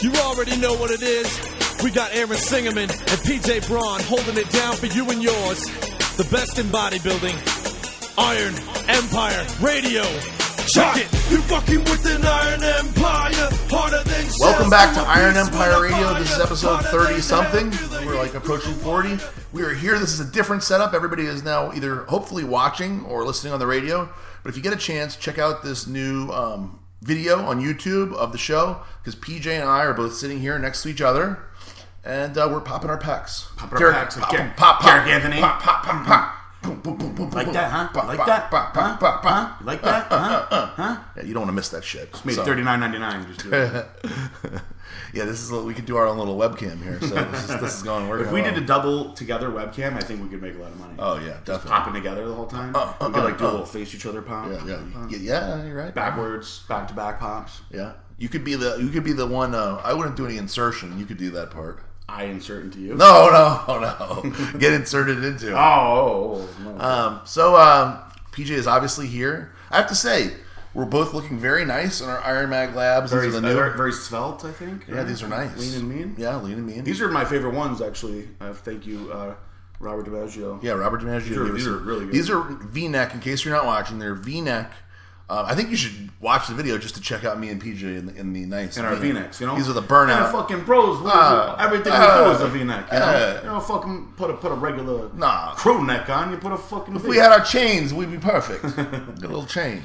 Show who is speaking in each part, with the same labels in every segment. Speaker 1: You already know what it is. We got Aaron Singerman and PJ Braun holding it down for you and yours. The best in bodybuilding. Iron Empire Radio. Check it. You fucking with an Iron Empire. Harder than
Speaker 2: Welcome back to Iron Empire Radio. This is episode 30 something. We're like approaching 40. We are here. This is a different setup. Everybody is now either hopefully watching or listening on the radio. But if you get a chance, check out this new um, video on YouTube of the show because PJ and I are both sitting here next to each other and uh, we're popping our pecs. Popping
Speaker 3: our pecs.
Speaker 2: Pop,
Speaker 3: Gar-
Speaker 2: 'em, pop, pop,
Speaker 3: Garrick Anthony. Mm.
Speaker 2: Pop, pop, pop, pop. Boom, boom, boom, boom,
Speaker 3: Like
Speaker 2: boom.
Speaker 3: that, huh?
Speaker 2: Pop,
Speaker 3: Like
Speaker 2: pop,
Speaker 3: that?
Speaker 2: pop,
Speaker 3: Huh?
Speaker 2: pop, pop,
Speaker 3: Huh?
Speaker 2: pop.
Speaker 3: You like that? Huh? Huh?
Speaker 2: Yeah, you don't want to miss that shit.
Speaker 3: Made
Speaker 2: So-
Speaker 3: thirty nine ninety nine. Just do it.
Speaker 2: Yeah, this is a- we could do our own little webcam here. So this is, this is going to work.
Speaker 3: If we did a double together webcam, I think we could make a lot of money.
Speaker 2: oh yeah, definitely.
Speaker 3: Popping together the whole time. we could like do a little face each other pop.
Speaker 2: uh, Yeah, yeah,
Speaker 3: pop.
Speaker 2: yeah, yeah, you're right.
Speaker 3: Backwards, back to back pops.
Speaker 2: Yeah, you could be the you could be the one. Uh, I wouldn't do any insertion. You could do that part.
Speaker 3: I insert into you.
Speaker 2: No, no, no. Get inserted into. it.
Speaker 3: Oh, no.
Speaker 2: Um, so um, PJ is obviously here. I have to say, we're both looking very nice in our Iron Mag Labs.
Speaker 3: very,
Speaker 2: these are the
Speaker 3: uh,
Speaker 2: new.
Speaker 3: very, very svelte, I think.
Speaker 2: yeah, these are nice.
Speaker 3: Lean and mean.
Speaker 2: Yeah, lean and mean.
Speaker 3: These are my favorite ones, actually. Uh, thank you, uh, Robert DiMaggio.
Speaker 2: Yeah, Robert DiMaggio.
Speaker 3: are-
Speaker 2: gave us
Speaker 3: these
Speaker 2: some-
Speaker 3: are really good.
Speaker 2: These are V-neck. In case you're not watching, they're V-neck. Uh, I think you should watch the video just to check out me and PJ in the, in the nice
Speaker 3: and our
Speaker 2: V-neck.
Speaker 3: V-necks, you know.
Speaker 2: These are the
Speaker 3: Kind
Speaker 2: burnout.
Speaker 3: of fucking bros. What
Speaker 2: Ah,
Speaker 3: is it? Everything
Speaker 2: ah,
Speaker 3: we do is a V-neck. You know,
Speaker 2: ah.
Speaker 3: you don't fucking put a put a regular
Speaker 2: Nah.
Speaker 3: crew neck on. You put a fucking.
Speaker 2: if we had our chains, we'd be perfect. Get a little chain.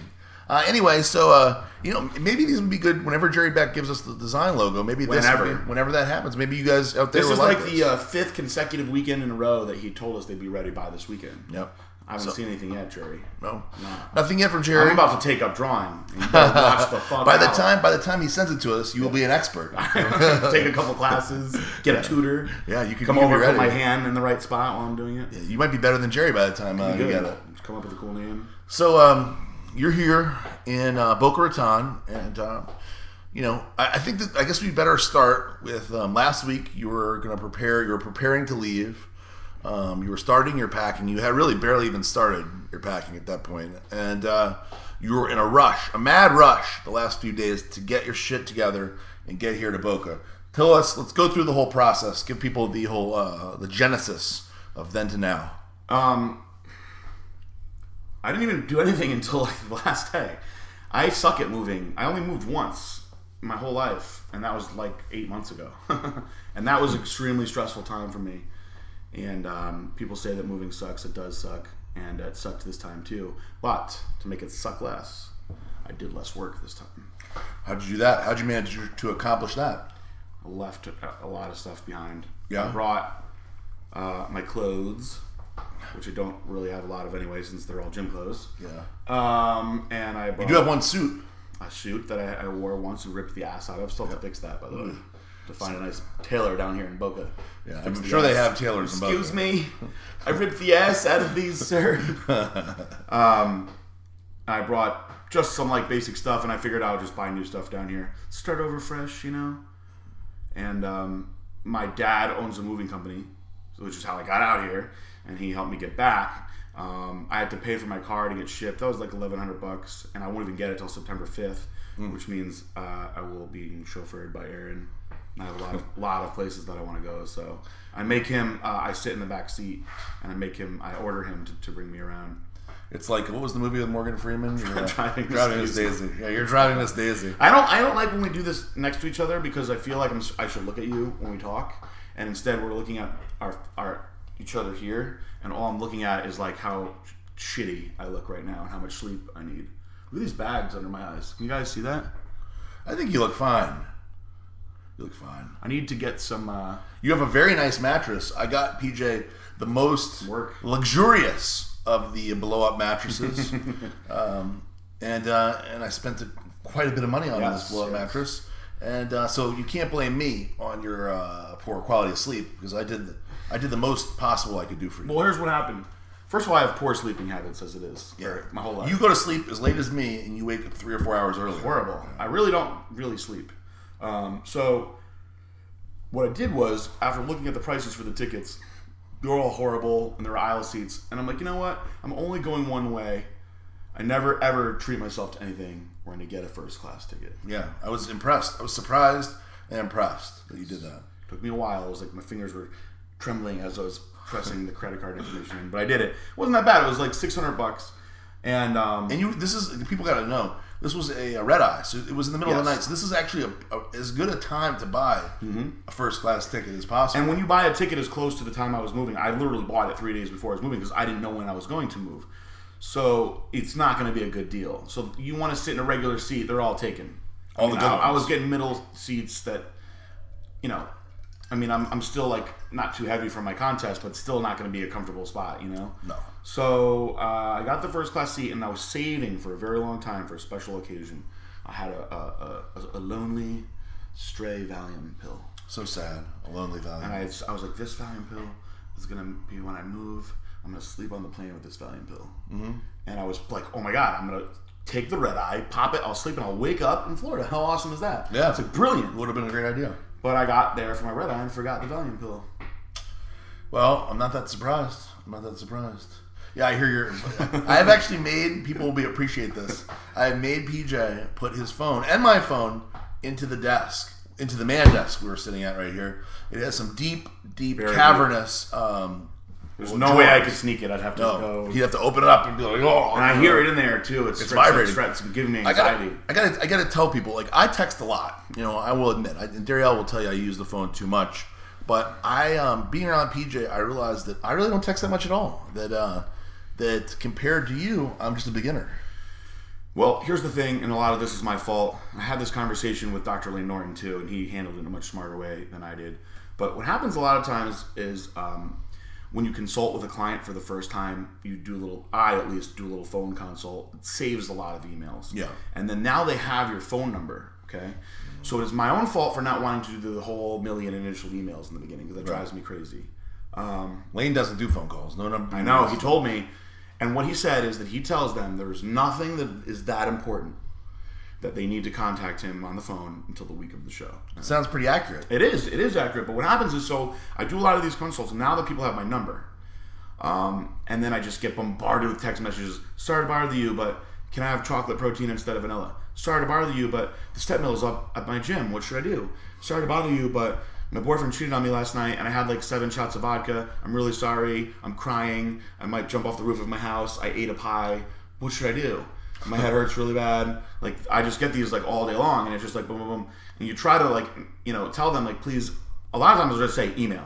Speaker 2: Uh, anyway, so uh, you know, maybe these would be good whenever Jerry Beck gives us the design logo. Maybe this
Speaker 3: Whenever.
Speaker 2: would be- whenever that happens, maybe you guys out there.
Speaker 3: this
Speaker 2: will
Speaker 3: is like
Speaker 2: this.
Speaker 3: the uh, fifth consecutive weekend in a row that he told us they'd be ready by this weekend.
Speaker 2: Yep.
Speaker 3: I haven't
Speaker 2: So-
Speaker 3: seen anything yet, Jerry.
Speaker 2: no,
Speaker 3: Nah.
Speaker 2: nothing yet from Jerry.
Speaker 3: I'm about to take up drawing. You better watch the fuck
Speaker 2: by the
Speaker 3: out.
Speaker 2: time by the time he sends it to us, you will be an expert.
Speaker 3: take a couple classes, get a tutor.
Speaker 2: Yeah, you could-
Speaker 3: come
Speaker 2: you could be
Speaker 3: over,
Speaker 2: ready.
Speaker 3: put my hand in the right spot while I'm doing it.
Speaker 2: you might be better than Jerry by the time uh, you get
Speaker 3: Good.
Speaker 2: it.
Speaker 3: Come up with a cool name.
Speaker 2: So um, you're here in uh, Boca Raton, and uh, you know I, I think that I guess we better start with um, last week. You were going to prepare. You were preparing to leave. Um, you were starting your packing. You had really barely even started your packing at that point, and uh, you were in a rush, a mad rush, the last few days to get your shit together and get here to Boca. Tell us. Let's go through the whole process. Give people the whole uh, the genesis of then to now.
Speaker 3: Um, I didn't even do anything until like the last day. I suck at moving. I only moved once my whole life, and that was like eight months ago. and that was an extremely stressful time for me. And um, people say that moving sucks. It does suck, and it sucked this time too. But to make it suck less, I did less work this time.
Speaker 2: How'd you do that? How'd you manage to accomplish that?
Speaker 3: I left a- a lot of stuff behind.
Speaker 2: Yeah.
Speaker 3: I brought uh, my clothes, which I don't really have a lot of anyway, since they're all gym clothes.
Speaker 2: Yeah.
Speaker 3: Um, and I bought
Speaker 2: You do have one suit.
Speaker 3: a suit that I, I wore once and ripped the ass out of. Still have to fix that, by the way. To find a nice tailor down here in Boca.
Speaker 2: Mm. Yeah,
Speaker 3: Fix
Speaker 2: I'm
Speaker 3: the
Speaker 2: sure they
Speaker 3: ass.
Speaker 2: have tailors in
Speaker 3: Excuse
Speaker 2: Boca.
Speaker 3: me, I ripped the ass out of these, sir. um, I brought just some like basic stuff, and I figured I would just buy new stuff down here. Start over fresh, you know. And um, my dad owns a moving company, which is how I got out here, and he helped me get back. Um, I had to pay for my car to get shipped. That was like eleven hundred bucks, and I won't even get it till September fifth, which means uh, I will be chauffeured by Aaron. I have a lot of lot of places that I want to go, so I make him. Uh, I sit in the back seat, and I make him. I order him to, to bring me around.
Speaker 2: It's like what was the movie with Morgan Freeman? You're, uh,
Speaker 3: Driving Miss
Speaker 2: driving Miss Daisy. Yeah, you're driving Miss Daisy.
Speaker 3: I don't. I don't like when we do this next to each other because I feel like I'm. I should look at you when we talk, and instead we're looking at our our each other here, and all I'm looking at is like how shitty I look right now and how much sleep I need. Look at these bags under my eyes. Can you guys see that?
Speaker 2: I think you look fine. You look fine.
Speaker 3: I need to get some. Uh,
Speaker 2: You have a very nice mattress. I got PJ the most
Speaker 3: Work.
Speaker 2: luxurious of the blow up mattresses, um, and uh, and I spent a, quite a bit of money on
Speaker 3: Yes,
Speaker 2: this blow up
Speaker 3: yes.
Speaker 2: mattress. And uh, so you can't blame me on your uh, poor quality of sleep because I did the, I did the most possible I could do for you.
Speaker 3: well, here's what happened. First of all, I have poor sleeping habits as it is. for my whole life.
Speaker 2: You go to sleep as late as me, and you wake up three or four hours early.
Speaker 3: horrible. I really don't really sleep. Um, so what I did was after looking at the prices for the tickets, they're all horrible and they're aisle seats, and I'm like, you know what? I'm only going one way. I never ever treat myself to anything. We're gonna get a first class ticket.
Speaker 2: Yeah, I was impressed. I was surprised. and impressed that you did that.
Speaker 3: took me a while. It was like my fingers were trembling as I was pressing the credit card information in, but I did it. It wasn't that bad. It was like 600 bucks. And um,
Speaker 2: And you, this is people got to know. This was a, a red eye, so it was in the middle of the
Speaker 3: Yes. Mm-hmm.
Speaker 2: night. So this is actually a, a, as good a time to buy a first class ticket as possible.
Speaker 3: And when you buy a ticket as close to the time I was moving, I literally bought it three days before I was moving because I didn't know when I was going to move. So it's not going to be a good deal. So you want to sit in a regular seat; they're all taken.
Speaker 2: All
Speaker 3: I
Speaker 2: the
Speaker 3: mean,
Speaker 2: good
Speaker 3: I, I
Speaker 2: ones.
Speaker 3: was getting middle seats that, you know, I mean, I'm, I'm still like not too heavy for my contest, but still not going to be a comfortable spot, you know.
Speaker 2: No.
Speaker 3: So uh, I got the first class seat, and I was saving for a very long time for a special occasion. I had a a, a, a lonely stray Valium pill.
Speaker 2: so sad, a lonely valley.
Speaker 3: And I, just- I was like, this Valium pill is gonna be when I move. I'm gonna sleep on the plane with this Valium pill. Mm-hmm. And I was like, oh my god, I'm gonna take the red eye, pop it, I'll sleep, and I'll wake up in Florida. How awesome is that?
Speaker 2: Yeah.
Speaker 3: it's like brilliant.
Speaker 2: Would have been a great idea.
Speaker 3: But I got there for my red eye and forgot the Valium pill.
Speaker 2: Well, I'm not that surprised. I'm not that surprised. Yeah, I hear your. I've actually made people will be appreciate this. I have made PJ put his phone and my phone into the desk, into the man desk we were sitting at right here. It has some deep, deep,
Speaker 3: Very
Speaker 2: cavernous. Um,
Speaker 3: There's
Speaker 2: well,
Speaker 3: no way I
Speaker 2: drawers.
Speaker 3: could sneak it. I'd have to
Speaker 2: No,
Speaker 3: go.
Speaker 2: he'd have to open it up and be like, "Oh."
Speaker 3: Oh. And I hear it in there too. It's, it's
Speaker 2: vibrating.
Speaker 3: It's giving me
Speaker 2: I
Speaker 3: anxiety.
Speaker 2: gotta, I gotta, I gotta tell people. Like, I text a lot. You know, I will admit. I, and Darielle will tell you I use the phone too much. But I, um, being around PJ, I realized that I really don't text that much at all. That, uh, that compared to you, I'm just a beginner.
Speaker 3: Well, here's the thing, and a lot of this is my fault. I had this conversation with Dr. Lane Norton too, and he handled it in a much smarter way than I did. But what happens a lot of times is um, when you consult with a client for the first time, you do a little, I at least do a little phone consult. It saves a lot of emails.
Speaker 2: Yeah.
Speaker 3: And then now they have your phone number, okay? So it is my own fault for not wanting to do the whole million initial emails in the beginning because that drives me crazy.
Speaker 2: Lane doesn't do phone calls. No, no,
Speaker 3: I know, he told me. And what he said is that he tells them there's nothing that is that important that they need to contact him on the phone until the week of the show.
Speaker 2: sounds pretty accurate.
Speaker 3: It is, it is accurate. But what happens is so I do a lot of these consults, and now that people have my number, um, and then I just get bombarded with text messages. Sorry to bother you, but can I have chocolate protein instead of vanilla? Sorry to bother you, but the step mill is up at my gym. What should I do? Sorry to bother you, but my boyfriend cheated on me last night, and I had like seven shots of vodka. I'm really sorry. I'm crying. I might jump off the roof of my house. I ate a pie. What should I do? My head hurts really bad. Like I just get these like all day long, and it's just like boom, boom, boom. And you try to like you know tell them like please. A lot of times I'll just say email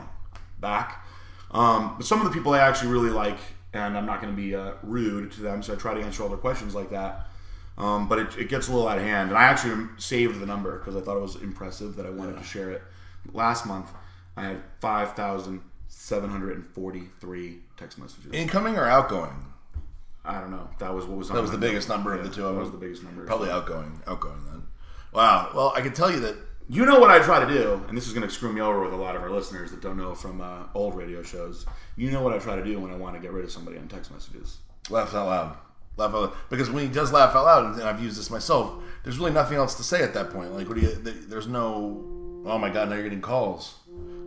Speaker 3: back. Um, but some of the people I actually really like, and I'm not going to be uh, rude to them, so I try to answer all their questions like that. Um, but it, it gets a little out of hand, and I actually saved the number because I thought it was impressive that I wanted to share it. Last month, I had five thousand seven hundred and forty-three text messages.
Speaker 2: Incoming or outgoing?
Speaker 3: I don't know. That was what was on
Speaker 2: That was
Speaker 3: my
Speaker 2: the biggest number of
Speaker 3: Yeah,
Speaker 2: the two of
Speaker 3: That
Speaker 2: them.
Speaker 3: was the biggest number.
Speaker 2: Probably outgoing. Outgoing then. Wow. Well, I can tell you that.
Speaker 3: You know what I try to do, and this is going to screw me over with a lot of our listeners that don't know from uh, old radio shows. You know what I try to do when I want to get rid of somebody on text messages.
Speaker 2: Laugh out loud. Laugh out loud. Because when he does laugh out loud, and I've used this myself, there's really nothing else to say at that point. Like, what do you? th- There's no. Oh my God! Now you're getting calls.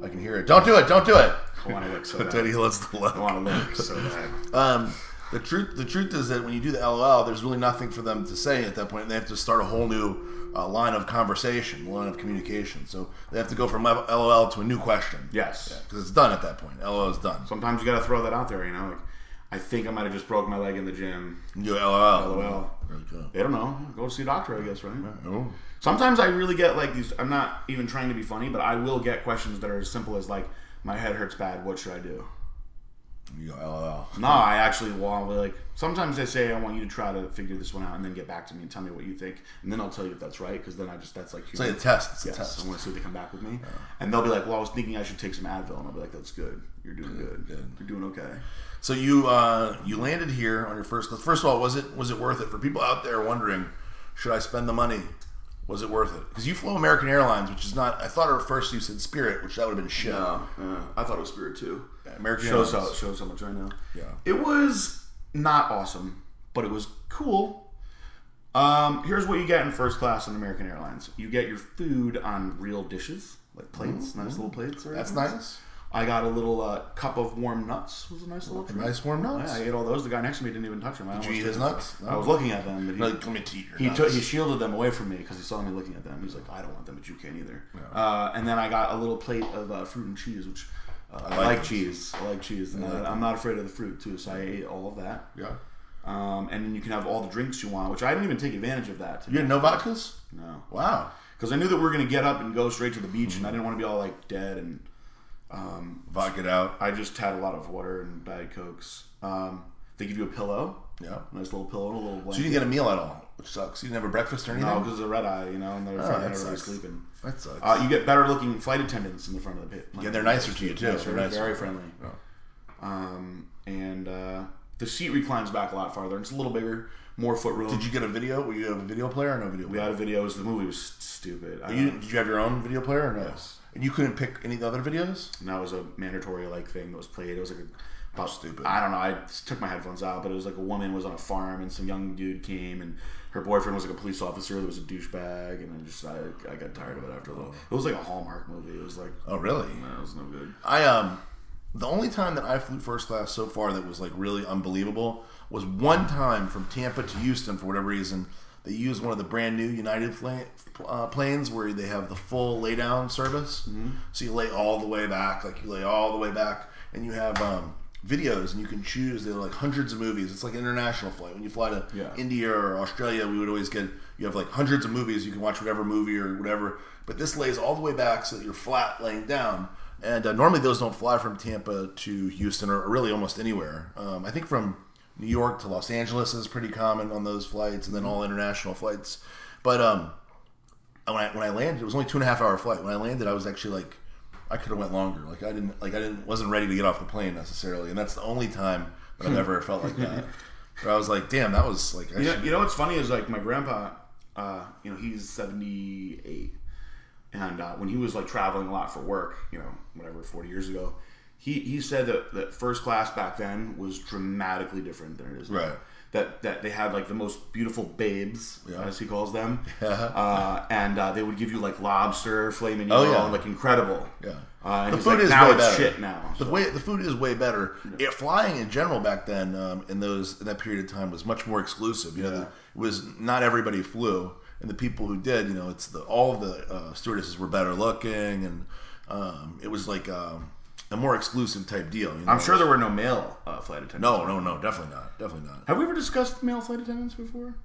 Speaker 2: I can hear it. Don't do it. Don't do it.
Speaker 3: I want to look so
Speaker 2: But
Speaker 3: bad.
Speaker 2: then he lets the
Speaker 3: I
Speaker 2: look.
Speaker 3: want to look so bad.
Speaker 2: Um, the truth. The truth is that when you do the LOL, there's really nothing for them to say at that point. They have to start a whole new uh, line of conversation, line of communication. So they have to go from LOL to a new question.
Speaker 3: Yes.
Speaker 2: Because it's done at that point. LOL is done.
Speaker 3: Sometimes you got to throw that out there, you know. Like, I think I might have just broke my leg in the gym.
Speaker 2: You do LOL.
Speaker 3: LOL.
Speaker 2: There you go.
Speaker 3: They don't know. Go see a doctor, I guess, right?
Speaker 2: Oh.
Speaker 3: Sometimes I really get like these. I'm not even trying to be funny, but I will get questions that are as simple as like, "My head hurts bad. What should I do?"
Speaker 2: You go LOL.
Speaker 3: No, I actually want like. Sometimes I say I want you to try to figure this one out, and then get back to me and tell me what you think, and then I'll tell you if that's right, because then I just that's like.
Speaker 2: It's like
Speaker 3: Human.
Speaker 2: a test. It's a
Speaker 3: Yes,
Speaker 2: test.
Speaker 3: I want to see if they come back with me, and they'll be like, "Well, I was thinking I should take some Advil," and I'll be like, "That's good. You're doing good.
Speaker 2: good.
Speaker 3: You're doing okay."
Speaker 2: So you uh, you landed here on your first. First of all, was it was it worth it for people out there wondering, should I spend the money? Was it worth it? Because you flew American Airlines, which is not. I thought at first you said Spirit, which that would have been shit.
Speaker 3: No, no, Uh, I thought it was Spirit too.
Speaker 2: American
Speaker 3: shows how
Speaker 2: Airlines.
Speaker 3: it shows how much I know.
Speaker 2: Yeah.
Speaker 3: it was not awesome, but it was cool. Um, here's what you get in first class on American Airlines: you get your food on real dishes, like plates, nice little plates. or
Speaker 2: Mm-hmm. That's
Speaker 3: anything.
Speaker 2: nice.
Speaker 3: I got a little uh, cup of warm nuts. Was a nice little treat.
Speaker 2: Nice warm nuts.
Speaker 3: Yeah, I ate all those. The guy next to me didn't even touch them. I
Speaker 2: Did you
Speaker 3: almost
Speaker 2: eat his nuts? No.
Speaker 3: I was looking at them, but he,
Speaker 2: Like, come and eat your
Speaker 3: he
Speaker 2: nuts.
Speaker 3: took he shielded them away from me because he saw me looking at them. He's like, I don't want them, but you can't either. Uh, and then I got a little plate of uh, fruit and cheese, which uh, I
Speaker 2: like
Speaker 3: like
Speaker 2: those.
Speaker 3: cheese. I like cheese, and I- I'm not afraid of the fruit too. So I ate all of that.
Speaker 2: yeah.
Speaker 3: Um, and then you can have all the drinks you want, which I didn't even take advantage of that.
Speaker 2: You had no vodkas?
Speaker 3: No,
Speaker 2: Wow.
Speaker 3: because I knew that we were gonna get up and go straight to the beach,
Speaker 2: Mm-hmm.
Speaker 3: and I didn't want to be all like dead. And
Speaker 2: Vodka out.
Speaker 3: I just had a lot of water and diet cokes. Um, they give you a pillow,
Speaker 2: Yeah.
Speaker 3: a nice little pillow, and a
Speaker 2: So
Speaker 3: little
Speaker 2: you
Speaker 3: blanket.
Speaker 2: didn't get a meal at all, which sucks. You didn't have a breakfast or anything?
Speaker 3: No, because of the red eye, you know, and they're
Speaker 2: Oh, that
Speaker 3: fucking everybody
Speaker 2: sucks.
Speaker 3: sleeping.
Speaker 2: That sucks.
Speaker 3: Uh, you get better looking flight attendants in the front of the pit.
Speaker 2: yeah, they're nicer to you, too.
Speaker 3: Nicer,
Speaker 2: They're nicer.
Speaker 3: very friendly.
Speaker 2: Yeah.
Speaker 3: Um, and uh, the seat reclines back a lot farther. It's a little bigger, more foot room.
Speaker 2: Did you get a video? Were you have a video player or no video
Speaker 3: we
Speaker 2: player?
Speaker 3: had videos. The movie was st- stupid. I
Speaker 2: You,
Speaker 3: don't-
Speaker 2: did you have your own video player or no?
Speaker 3: Yes.
Speaker 2: And you couldn't pick any other videos?
Speaker 3: and that was a mandatory like thing that was played. It was like a about,
Speaker 2: stupid.
Speaker 3: I don't know. I s- took my headphones out, but it was like a woman was on a farm and some young dude came and her boyfriend was like a police officer that was a douchebag and I just I, I got tired of it after a little. It was like a Hallmark movie. It was like
Speaker 2: Oh, really?
Speaker 3: that was no good.
Speaker 2: I um the only time that I flew first class so far that was like really unbelievable was one time from Tampa to Houston for whatever reason. They used one of the brand new United fla- uh, planes where they have the full lay down service. So you lay all the way back, like you lay all the way back, and you have um, videos and you can choose. They're like hundreds of movies. It's like an international flight. When you fly to
Speaker 3: Yeah.
Speaker 2: India or Australia, we would always get you have like hundreds of movies. You can watch whatever movie or whatever. But this lays all the way back so that you're flat laying down. And uh, normally those don't fly from Tampa to Houston or really almost anywhere. Um, I think from New York to Los Angeles is pretty common on those flights, and then all international flights. But um, when I when I landed, it was only two and a half hour flight. When I landed, I was actually like, I could have went longer. Like I didn't like I didn't wasn't ready to get off the plane necessarily, and that's the only time that I've ever felt like that. Where I was like, damn, that was like, I
Speaker 3: You know,
Speaker 2: should-
Speaker 3: you know what's funny is like my grandpa, uh, you know, he's 78. And uh, when he was like traveling a lot for work, you know, whatever, 40 years ago, he, he said that, that first class back then was dramatically different than it is now.
Speaker 2: Right.
Speaker 3: That, that they had like the most beautiful babes,
Speaker 2: Yeah.
Speaker 3: as he calls them. uh, and uh, they would give you like lobster, filet mignon,
Speaker 2: Oh, yeah.
Speaker 3: like incredible.
Speaker 2: yeah.
Speaker 3: Uh, and
Speaker 2: the
Speaker 3: he's
Speaker 2: food
Speaker 3: like,
Speaker 2: is
Speaker 3: now
Speaker 2: way
Speaker 3: it's
Speaker 2: better.
Speaker 3: shit now.
Speaker 2: The way the food is way better. It, flying in general back then, um, in those in that period of time, was much more exclusive. You know, the- it was not everybody flew, and the people who did, you know, it's the all the uh, stewardesses were better looking, and um, it was like um, a more exclusive type deal. You know?
Speaker 3: I'm sure there were no male uh, flight attendants.
Speaker 2: No, no, no, definitely not. Definitely not.
Speaker 3: Have we ever discussed male flight attendants before?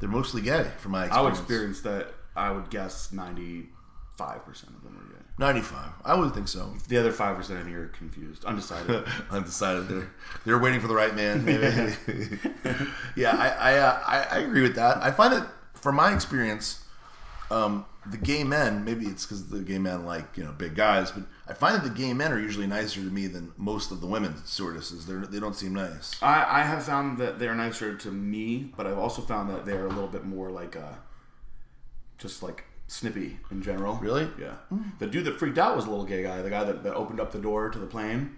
Speaker 2: They're mostly gay, from my
Speaker 3: I would
Speaker 2: experience.
Speaker 3: experience that. I would guess ninety-five percent of them are gay.
Speaker 2: Ninety-five. I would think so.
Speaker 3: The other five percent, I think, are confused, undecided.
Speaker 2: Undecided. They're they're waiting for the right man. Maybe. yeah, I I, uh, I I agree with that. I find it from my experience, um, the gay men. Maybe it's because the gay men like you know big guys, but I find that the gay men are usually nicer to me than most of the women stewardesses. They're they don't seem nice.
Speaker 3: I, I have found that they're nicer to me, but I've also found that they're a little bit more like uh just like snippy in general.
Speaker 2: Really? Hmm.
Speaker 3: Yeah. The dude that freaked out was a little gay guy. The guy that, that opened up the door to the plane.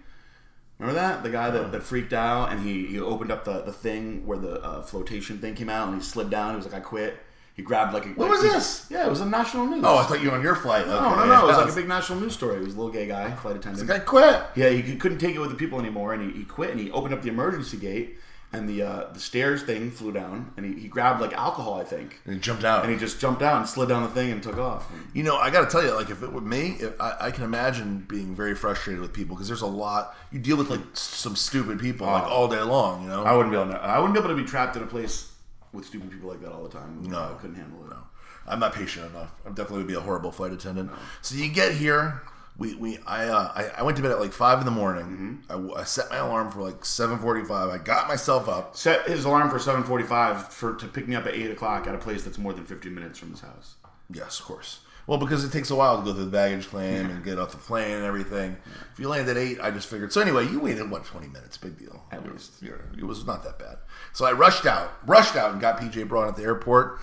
Speaker 3: Remember that? The guy
Speaker 2: Oh.
Speaker 3: that, that freaked out and he, he opened up the, the thing where the uh, flotation thing came out and he slid down. He was like, I quit. He grabbed like a. What
Speaker 2: was this?
Speaker 3: Yeah, it was on national news.
Speaker 2: Oh, I thought you were on your flight. Okay.
Speaker 3: Oh, No, no, no. It was like a big national news story. It was a little gay guy, flight attendant.
Speaker 2: I quit.
Speaker 3: Yeah, he c- couldn't take it with the people anymore, and he, he quit. And he opened up the emergency gate, and the uh, the stairs thing flew down, and he, he grabbed like alcohol, I think,
Speaker 2: And he jumped out.
Speaker 3: and he just jumped out and slid down the thing and took off.
Speaker 2: You know, I got to tell you, like, if it were me, if, I, I can imagine being very frustrated with people because there's a lot you deal with, like, s- some stupid people like all day long. You know,
Speaker 3: I wouldn't be able to. I wouldn't be able to be trapped in a place with stupid people like that all the time.
Speaker 2: No.
Speaker 3: I couldn't handle it.
Speaker 2: I'm not patient enough. I'm definitely would be a horrible flight attendant. So you get here. We, we I, uh, I I went to bed at like five in the morning. I w I I, set my alarm for like seven forty five. I got myself up.
Speaker 3: Set his alarm for seven forty-five for to pick me up at eight o'clock at a place that's more than fifteen minutes from his house.
Speaker 2: Yes, of course. Well, because it takes a while to go through the baggage claim and get off the plane and everything. If you land at eight, I just figured. So anyway, you waited what twenty minutes? Big deal.
Speaker 3: At least.
Speaker 2: you know, it was not that bad. So I rushed out, rushed out, and got PJ Braun at the airport.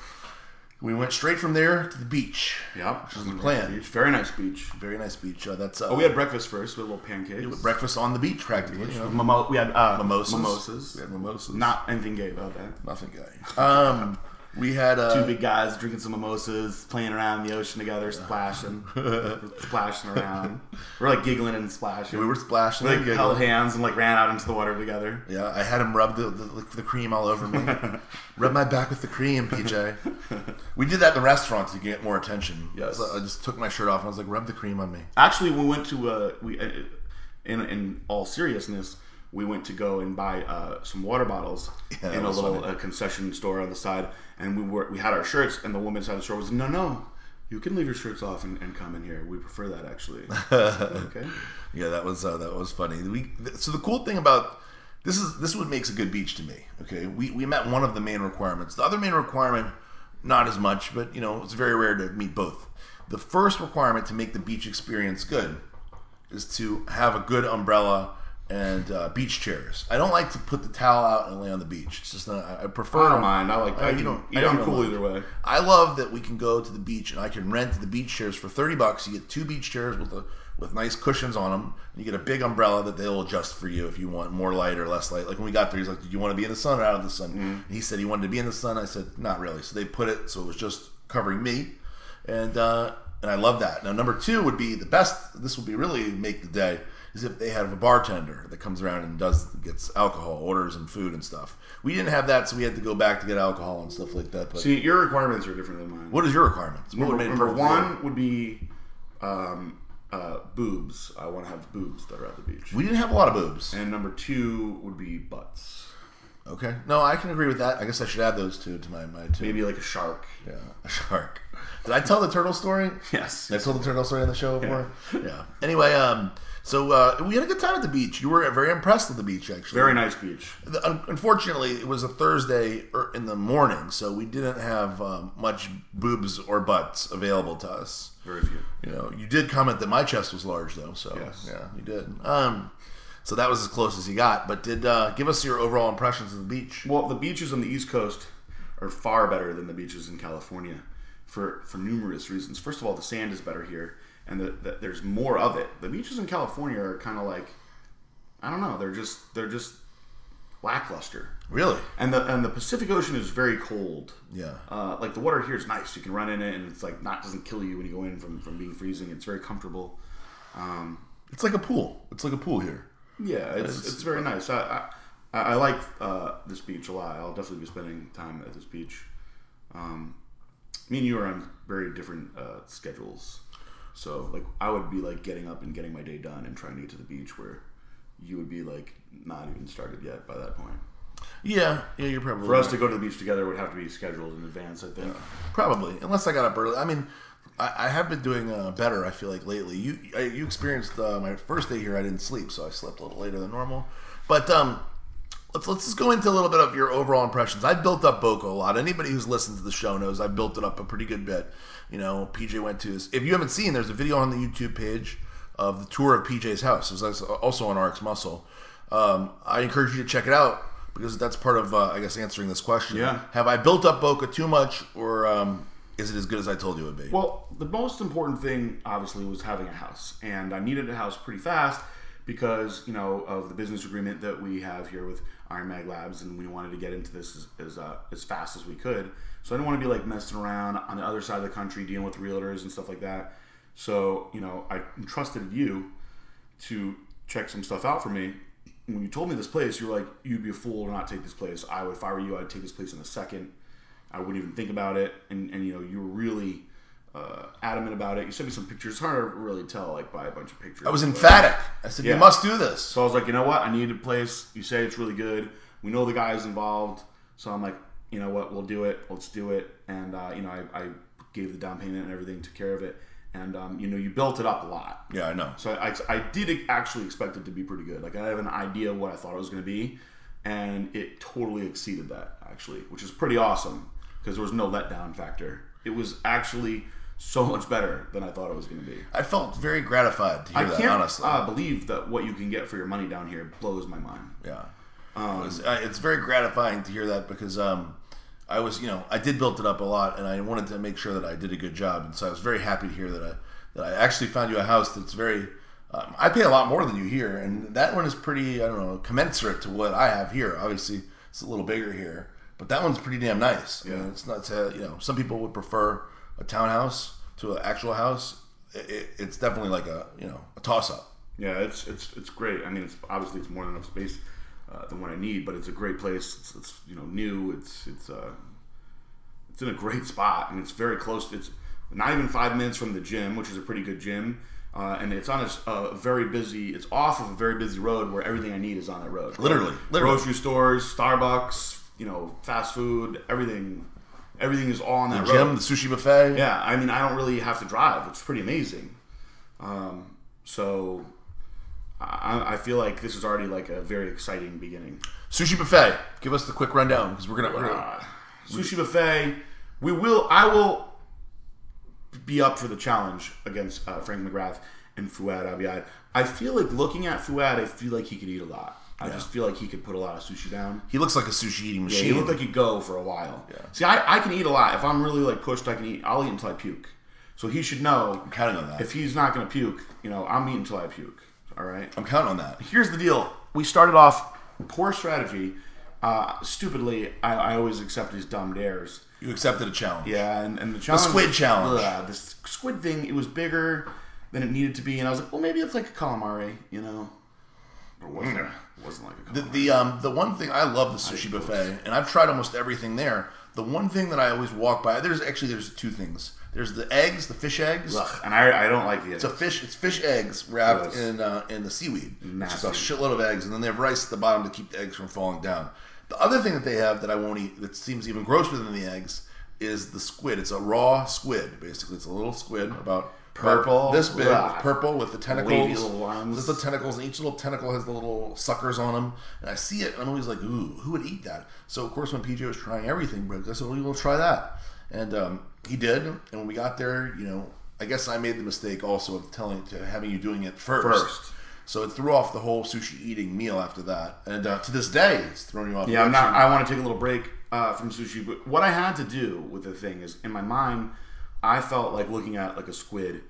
Speaker 2: We went straight from there to the beach.
Speaker 3: Yep.
Speaker 2: which was the plan.
Speaker 3: Beach. Very nice beach.
Speaker 2: Very nice beach. Uh, that's uh,
Speaker 3: Oh, we had breakfast first with a little pancakes.
Speaker 2: breakfast on the beach practically. You know,
Speaker 3: Mimo- we had uh,
Speaker 2: mimosas.
Speaker 3: Mimosas.
Speaker 2: We had mimosas.
Speaker 3: Not anything gay about that.
Speaker 2: nothing gay. Um, We had uh,
Speaker 3: Two big guys drinking some mimosas, playing around in the ocean together, splashing, splashing around. We're like giggling and splashing.
Speaker 2: we were splashing.
Speaker 3: We, like
Speaker 2: and giggling.
Speaker 3: held hands and like ran out into the water together.
Speaker 2: Yeah, I had him rub the, the, like, the cream all over me. rub my back with the cream, PJ. We did that in the restaurants to get more attention.
Speaker 3: Yes.
Speaker 2: So I just took my shirt off and I was like, rub the cream on me.
Speaker 3: Actually, we went to uh, we uh, in in all seriousness, we went to go and buy uh, some water bottles
Speaker 2: that
Speaker 3: in a
Speaker 2: was
Speaker 3: little uh, concession store on the side, and we were we had our shirts, and the woman side of the store was no no. You can leave your shirts off and, and come in here. We prefer that actually. okay.
Speaker 2: Yeah, that was uh, that was funny. We th- so the cool thing about this is this is what makes a good beach to me. Okay, we we met one of the main requirements. The other main requirement, not as much, but you know it's very rare to meet both. The first requirement to make the beach experience good is to have a good umbrella and uh, beach chairs. I don't like to put the towel out and lay on the beach. It's just not, I- I prefer.
Speaker 3: I Oh, don't mind. I like. I,
Speaker 2: you
Speaker 3: can-
Speaker 2: don't-
Speaker 3: yeah,
Speaker 2: I don't
Speaker 3: I'm cool
Speaker 2: mind.
Speaker 3: either way.
Speaker 2: I love that we can go to the beach and I can rent the beach chairs for thirty bucks. You get two beach chairs with a with nice cushions on them. And you get a big umbrella that they'll adjust for you if you want more light or less light. Like when we got there, he's like, "Did you want to be in the sun or out of the sun?" And he said he wanted to be in the sun. I said, "Not really." So they put it so it was just covering me, and uh, and I love that. Now number two would be the best. This would be really make the day. Is if they have a bartender that comes around and does gets alcohol orders and food and stuff. We didn't have that, so we had to go back to get alcohol and stuff like that. But
Speaker 3: See, your requirements are different than mine.
Speaker 2: what is your requirements? What would
Speaker 3: number,
Speaker 2: make it
Speaker 3: number
Speaker 2: perfect for you?
Speaker 3: one would be um, uh, boobs. I want to have boobs that are at the beach.
Speaker 2: We didn't have a lot of boobs.
Speaker 3: and number two would be butts.
Speaker 2: Okay. No, I can agree with that. I guess I should add those two to my, my two.
Speaker 3: Maybe like a shark.
Speaker 2: Yeah. A shark. Did I tell the turtle story?
Speaker 3: Yes.
Speaker 2: Did I tell the turtle story on the show before? Yeah. Anyway, um, so uh, we had a good time at the beach. You were very impressed with the beach, actually.
Speaker 3: Very nice beach.
Speaker 2: The- un- Unfortunately, it was a Thursday er- in the morning, so we didn't have um, much boobs or butts available to us.
Speaker 3: Very few.
Speaker 2: You know, you did comment that my chest was large, though. So
Speaker 3: Yes.
Speaker 2: yeah, you did. Um, so that was as close as you got. But did uh, give us your overall impressions of the beach?
Speaker 3: Well, the beaches on the East Coast are far better than the beaches in California for, for numerous reasons. First of all, the sand is better here, and the, the, there's more of it. The beaches in California are kind of like, I don't know, they're just they're just lackluster.
Speaker 2: Really?
Speaker 3: And the and the Pacific Ocean is very cold.
Speaker 2: Yeah.
Speaker 3: Uh, like the water here is nice. You can run in it, and it's like not doesn't kill you when you go in from from being freezing. It's very comfortable.
Speaker 2: It's like a pool. It's like a pool here.
Speaker 3: Yeah, it's it's, very nice. I I, I like uh, this beach a lot. I'll definitely be spending time at this beach. Um, me and you are on very different uh, schedules, so like I would be like getting up and getting my day done and trying to get to the beach where you would be like not even started yet by that point.
Speaker 2: Yeah. Yeah, you're probably
Speaker 3: For us to go to the beach together would have to be scheduled in advance. I think.
Speaker 2: probably unless I got up early. I mean, I, I have been doing uh, better. I feel like lately. You I, you experienced uh, my first day here. I didn't sleep, so I slept a little later than normal. But um, let's let's just go into a little bit of your overall impressions. I built up Boca a lot. Anybody who's listened to the show knows I built it up a pretty good bit. You know, PJ went to his. If you haven't seen, there's a video on the YouTube page of the tour of PJ's house. It was also on RX Muscle. Um, I encourage you to check it out because that's part of, uh, I guess, answering this question.
Speaker 3: Yeah.
Speaker 2: Have I built up Boca too much, or um, is it as good as I told you it would be?
Speaker 3: Well, the most important thing, obviously, was having a house, and I needed a house pretty fast because you know of the business agreement that we have here with Iron Mag Labs, and we wanted to get into this as as, uh, as fast as we could. So I didn't want to be like messing around on the other side of the country dealing with realtors and stuff like that. So you know, I entrusted you to check some stuff out for me. When you told me this place, you were like, "You'd be a fool to not take this place." I would, if I were you, I'd take this place in a second. I wouldn't even think about it. And, and you know, you were really uh, adamant about it. You sent me some pictures. It's hard to really tell, like, by a bunch of pictures.
Speaker 2: I was
Speaker 3: but-
Speaker 2: emphatic. I said,
Speaker 3: Yeah.
Speaker 2: you must do this.
Speaker 3: So I was like, you know what? I need a place. You say it's really good. We know the guys involved. So I'm like, you know what? We'll do it. Let's do it. And, uh, you know, I, I gave the down payment and everything, took care of it. And, um, you know, you built it up a lot.
Speaker 2: Yeah, I know.
Speaker 3: So I, I did actually expect it to be pretty good. Like I have an idea of what I thought it was going to be, and it totally exceeded that actually, which is pretty awesome because there was no letdown factor. It was actually so much better than I thought it was going to be.
Speaker 2: I felt very gratified to hear
Speaker 3: I
Speaker 2: that,
Speaker 3: can't
Speaker 2: honestly.
Speaker 3: uh, believe that what you can get for your money down here blows my mind.
Speaker 2: Yeah. It was- uh, it's very gratifying to hear that because um, I was, you know, I did build it up a lot, and I wanted to make sure that I did a good job, and so I was very happy to hear that I that I actually found you a house that's very. Um, I pay a lot more than you here, and that one is pretty, I don't know, commensurate to what I have here. Obviously, it's a little bigger here, But that one's pretty damn nice. I mean,
Speaker 3: Yeah.
Speaker 2: it's not to, you know some people would prefer a townhouse to an actual house. It, it, it's definitely like a you know a toss up.
Speaker 3: Yeah, it's it's it's great. I mean, it's obviously it's more than enough space uh, than what I need, but it's a great place. It's, it's you know new. It's it's uh, it's in a great spot, and it's very close. It's not even five minutes from the gym, which is a pretty good gym, uh, and it's on a, s- a very busy. It's off of a very busy road where everything I need is on that road.
Speaker 2: Literally, literally.
Speaker 3: grocery stores, Starbucks, you know, fast food, everything. Everything is all on that road.
Speaker 2: Gym, the sushi buffet.
Speaker 3: Yeah, I mean, I don't really have to drive. It's pretty amazing. Um, so I, I feel like this is already like a very exciting beginning.
Speaker 2: Sushi buffet. Give us the quick rundown because we're gonna. We're gonna
Speaker 3: Uh, sushi buffet. We will. I will be up for the challenge against uh, Frank McGrath and Fuad Abiad. I feel like looking at Fuad, I feel like he could eat a lot. I just feel like he could put a lot of sushi down.
Speaker 2: he looks like a sushi eating
Speaker 3: Yeah,
Speaker 2: machine.
Speaker 3: he looked like he'd go for a while. See, I, I can eat a lot. If I'm really like pushed, I can eat. I'll eat until I puke. So he should know.
Speaker 2: I'm counting on that.
Speaker 3: If he's not gonna puke, you know, I'm eating until I puke. All right.
Speaker 2: I'm counting on that.
Speaker 3: Here's the deal. We started off poor strategy. Uh, stupidly, I, I always accept these dumb dares.
Speaker 2: You accepted a challenge.
Speaker 3: Yeah, and, and the challenge,
Speaker 2: squid challenge.
Speaker 3: Ugh, the s- squid thing, it was bigger than it needed to be, and I was like, well, maybe it's like a calamari, you know. But it wasn't, it wasn't like a
Speaker 2: The,
Speaker 3: calamari.
Speaker 2: the um the one thing I love the sushi buffet, and I've tried almost everything there. The one thing that I always walk by, there's actually there's two things. There's the eggs, the fish eggs.
Speaker 3: Ugh, and I, I don't like the.
Speaker 2: It's a fish. It's fish eggs wrapped
Speaker 3: Gross.
Speaker 2: in uh, in the seaweed. It's just a
Speaker 3: Nasty.
Speaker 2: shitload of eggs, and then they have rice at the bottom to keep the eggs from falling down. The other thing that they have that I won't eat that seems even grosser than the eggs is the squid. It's a raw squid. Basically, it's a little squid about
Speaker 3: Purple.
Speaker 2: this big,
Speaker 3: Blah.
Speaker 2: purple with the tentacles,
Speaker 3: Wavy little lines.
Speaker 2: Just the tentacles, and each little tentacle has the little suckers on them. And I see it, and I'm always like, ooh, who would eat that? So, of course, when PJ was trying everything, Briggs, I said, well, we'll try that. And um, he did. And when we got there, you know, I guess I made the mistake also of telling, to having you doing it first.
Speaker 3: First.
Speaker 2: So it threw off the whole sushi eating meal after that. And uh, to this day, it's thrown you off.
Speaker 3: Yeah, I'm
Speaker 2: direction.
Speaker 3: not. I want to take a little break uh, from sushi, but what I had to do with the thing is, in my mind, I felt like looking at like a squid.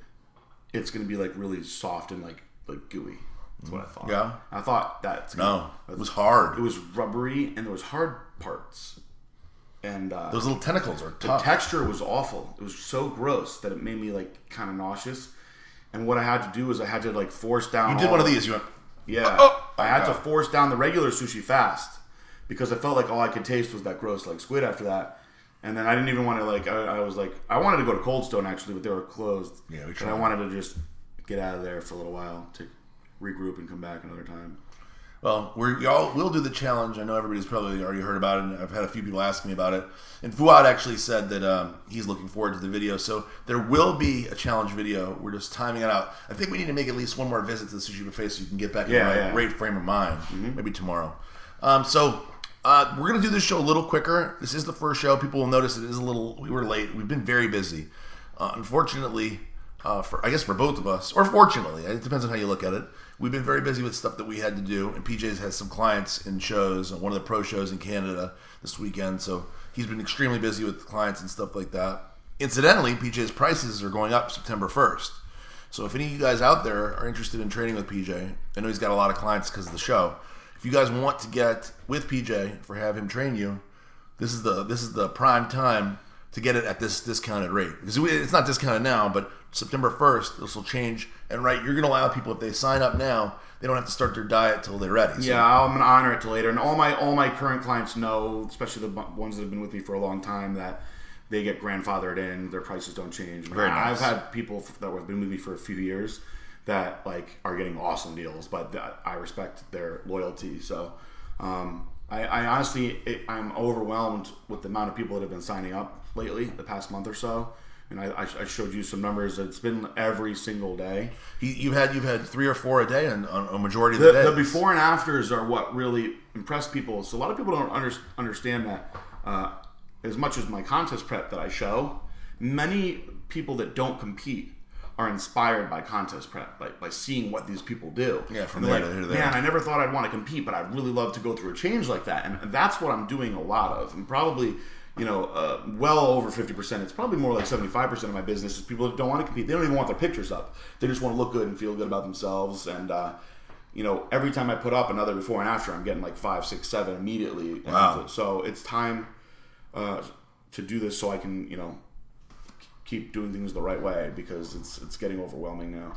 Speaker 3: It's gonna be like really soft and like like gooey. That's what I thought.
Speaker 2: Yeah.
Speaker 3: I thought that's
Speaker 2: No, it
Speaker 3: It
Speaker 2: was
Speaker 3: was,
Speaker 2: hard.
Speaker 3: it was rubbery and there was hard parts, and uh,
Speaker 2: Those little tentacles are
Speaker 3: the
Speaker 2: tough.
Speaker 3: texture was awful. It was so gross that it made me like kind of nauseous. And what I had to do is I had to like force down.
Speaker 2: you did
Speaker 3: all-
Speaker 2: one of these. You went,
Speaker 3: yeah.
Speaker 2: Oh!
Speaker 3: I had
Speaker 2: Okay.
Speaker 3: to force down the regular sushi fast because I felt like all I could taste was that gross like squid after that. And then I didn't even want to like I, I was like I wanted to go to Cold Stone actually, but they were closed.
Speaker 2: Yeah, we
Speaker 3: But
Speaker 2: tried.
Speaker 3: I wanted to just get out of there for a little while to regroup and come back another time.
Speaker 2: Well, we're, y'all, we'll do the challenge. I know everybody's probably already heard about it, and I've had a few people ask me about it. And Fuad actually said that um, he's looking forward to the video. So there will be a challenge video. We're just timing it out. I think we need to make at least one more visit to the Sushi Buffet so you can get back in
Speaker 3: Yeah,
Speaker 2: the right,
Speaker 3: yeah.
Speaker 2: right frame of mind. Maybe tomorrow. Um, so uh, we're going to do this show a little quicker. This is the first show. People will notice it is a little, we were late. We've been very busy. Uh, unfortunately, uh, for I guess for both of us, or fortunately, it depends on how you look at it. We've been very busy with stuff that we had to do, and PJ's has some clients and shows, and one of the pro shows in Canada this weekend. So he's been extremely busy with clients and stuff like that. Incidentally, PJ's prices are going up September first. So if any of you guys out there are interested in trading with PJ, I know he's got a lot of clients because of the show. If you guys want to get with PJ for have him train you, this is the this is the prime time to get it at this discounted rate because we, it's not discounted now, but September first this will change. And right, you're going to allow people if they sign up now, they don't have to start their diet till they're ready. So
Speaker 3: Yeah, I'm gonna honor it to later. And all my all my current clients know, especially the bu- ones that have been with me for a long time, that they get grandfathered in. Their prices don't change.
Speaker 2: Very nice.
Speaker 3: I've had people f- that have been with me for a few years that like are getting awesome deals, but that I respect their loyalty. So um, I, I honestly it, I'm overwhelmed with the amount of people that have been signing up lately, the past month or so. And I, I sh- I showed you some numbers. It's been every single day.
Speaker 2: he, you've had you've had three or four a day and on a majority of the,
Speaker 3: the,
Speaker 2: days.
Speaker 3: the before and afters are what really impress people. So a lot of people don't under, understand that. Uh, as much as my contest prep that I show, many people that don't compete are inspired by contest prep, by, by seeing what these people do.
Speaker 2: Yeah, from
Speaker 3: And
Speaker 2: there
Speaker 3: they're
Speaker 2: to
Speaker 3: like,
Speaker 2: here to there.
Speaker 3: Man, I never thought I'd want to compete, but I'd really love to go through a change like that. And that's what I'm doing a lot of. And probably, you know, uh, well over 50%. It's probably more like 75% of my business is people that don't want to compete. They don't even want their pictures up. They just want to look good and feel good about themselves. And, uh, you know, every time I put up another before and after, I'm getting like five, six, seven immediately.
Speaker 2: Wow.
Speaker 3: And so it's time uh, to do this so I can, you know, keep doing things the right way because it's it's getting overwhelming now.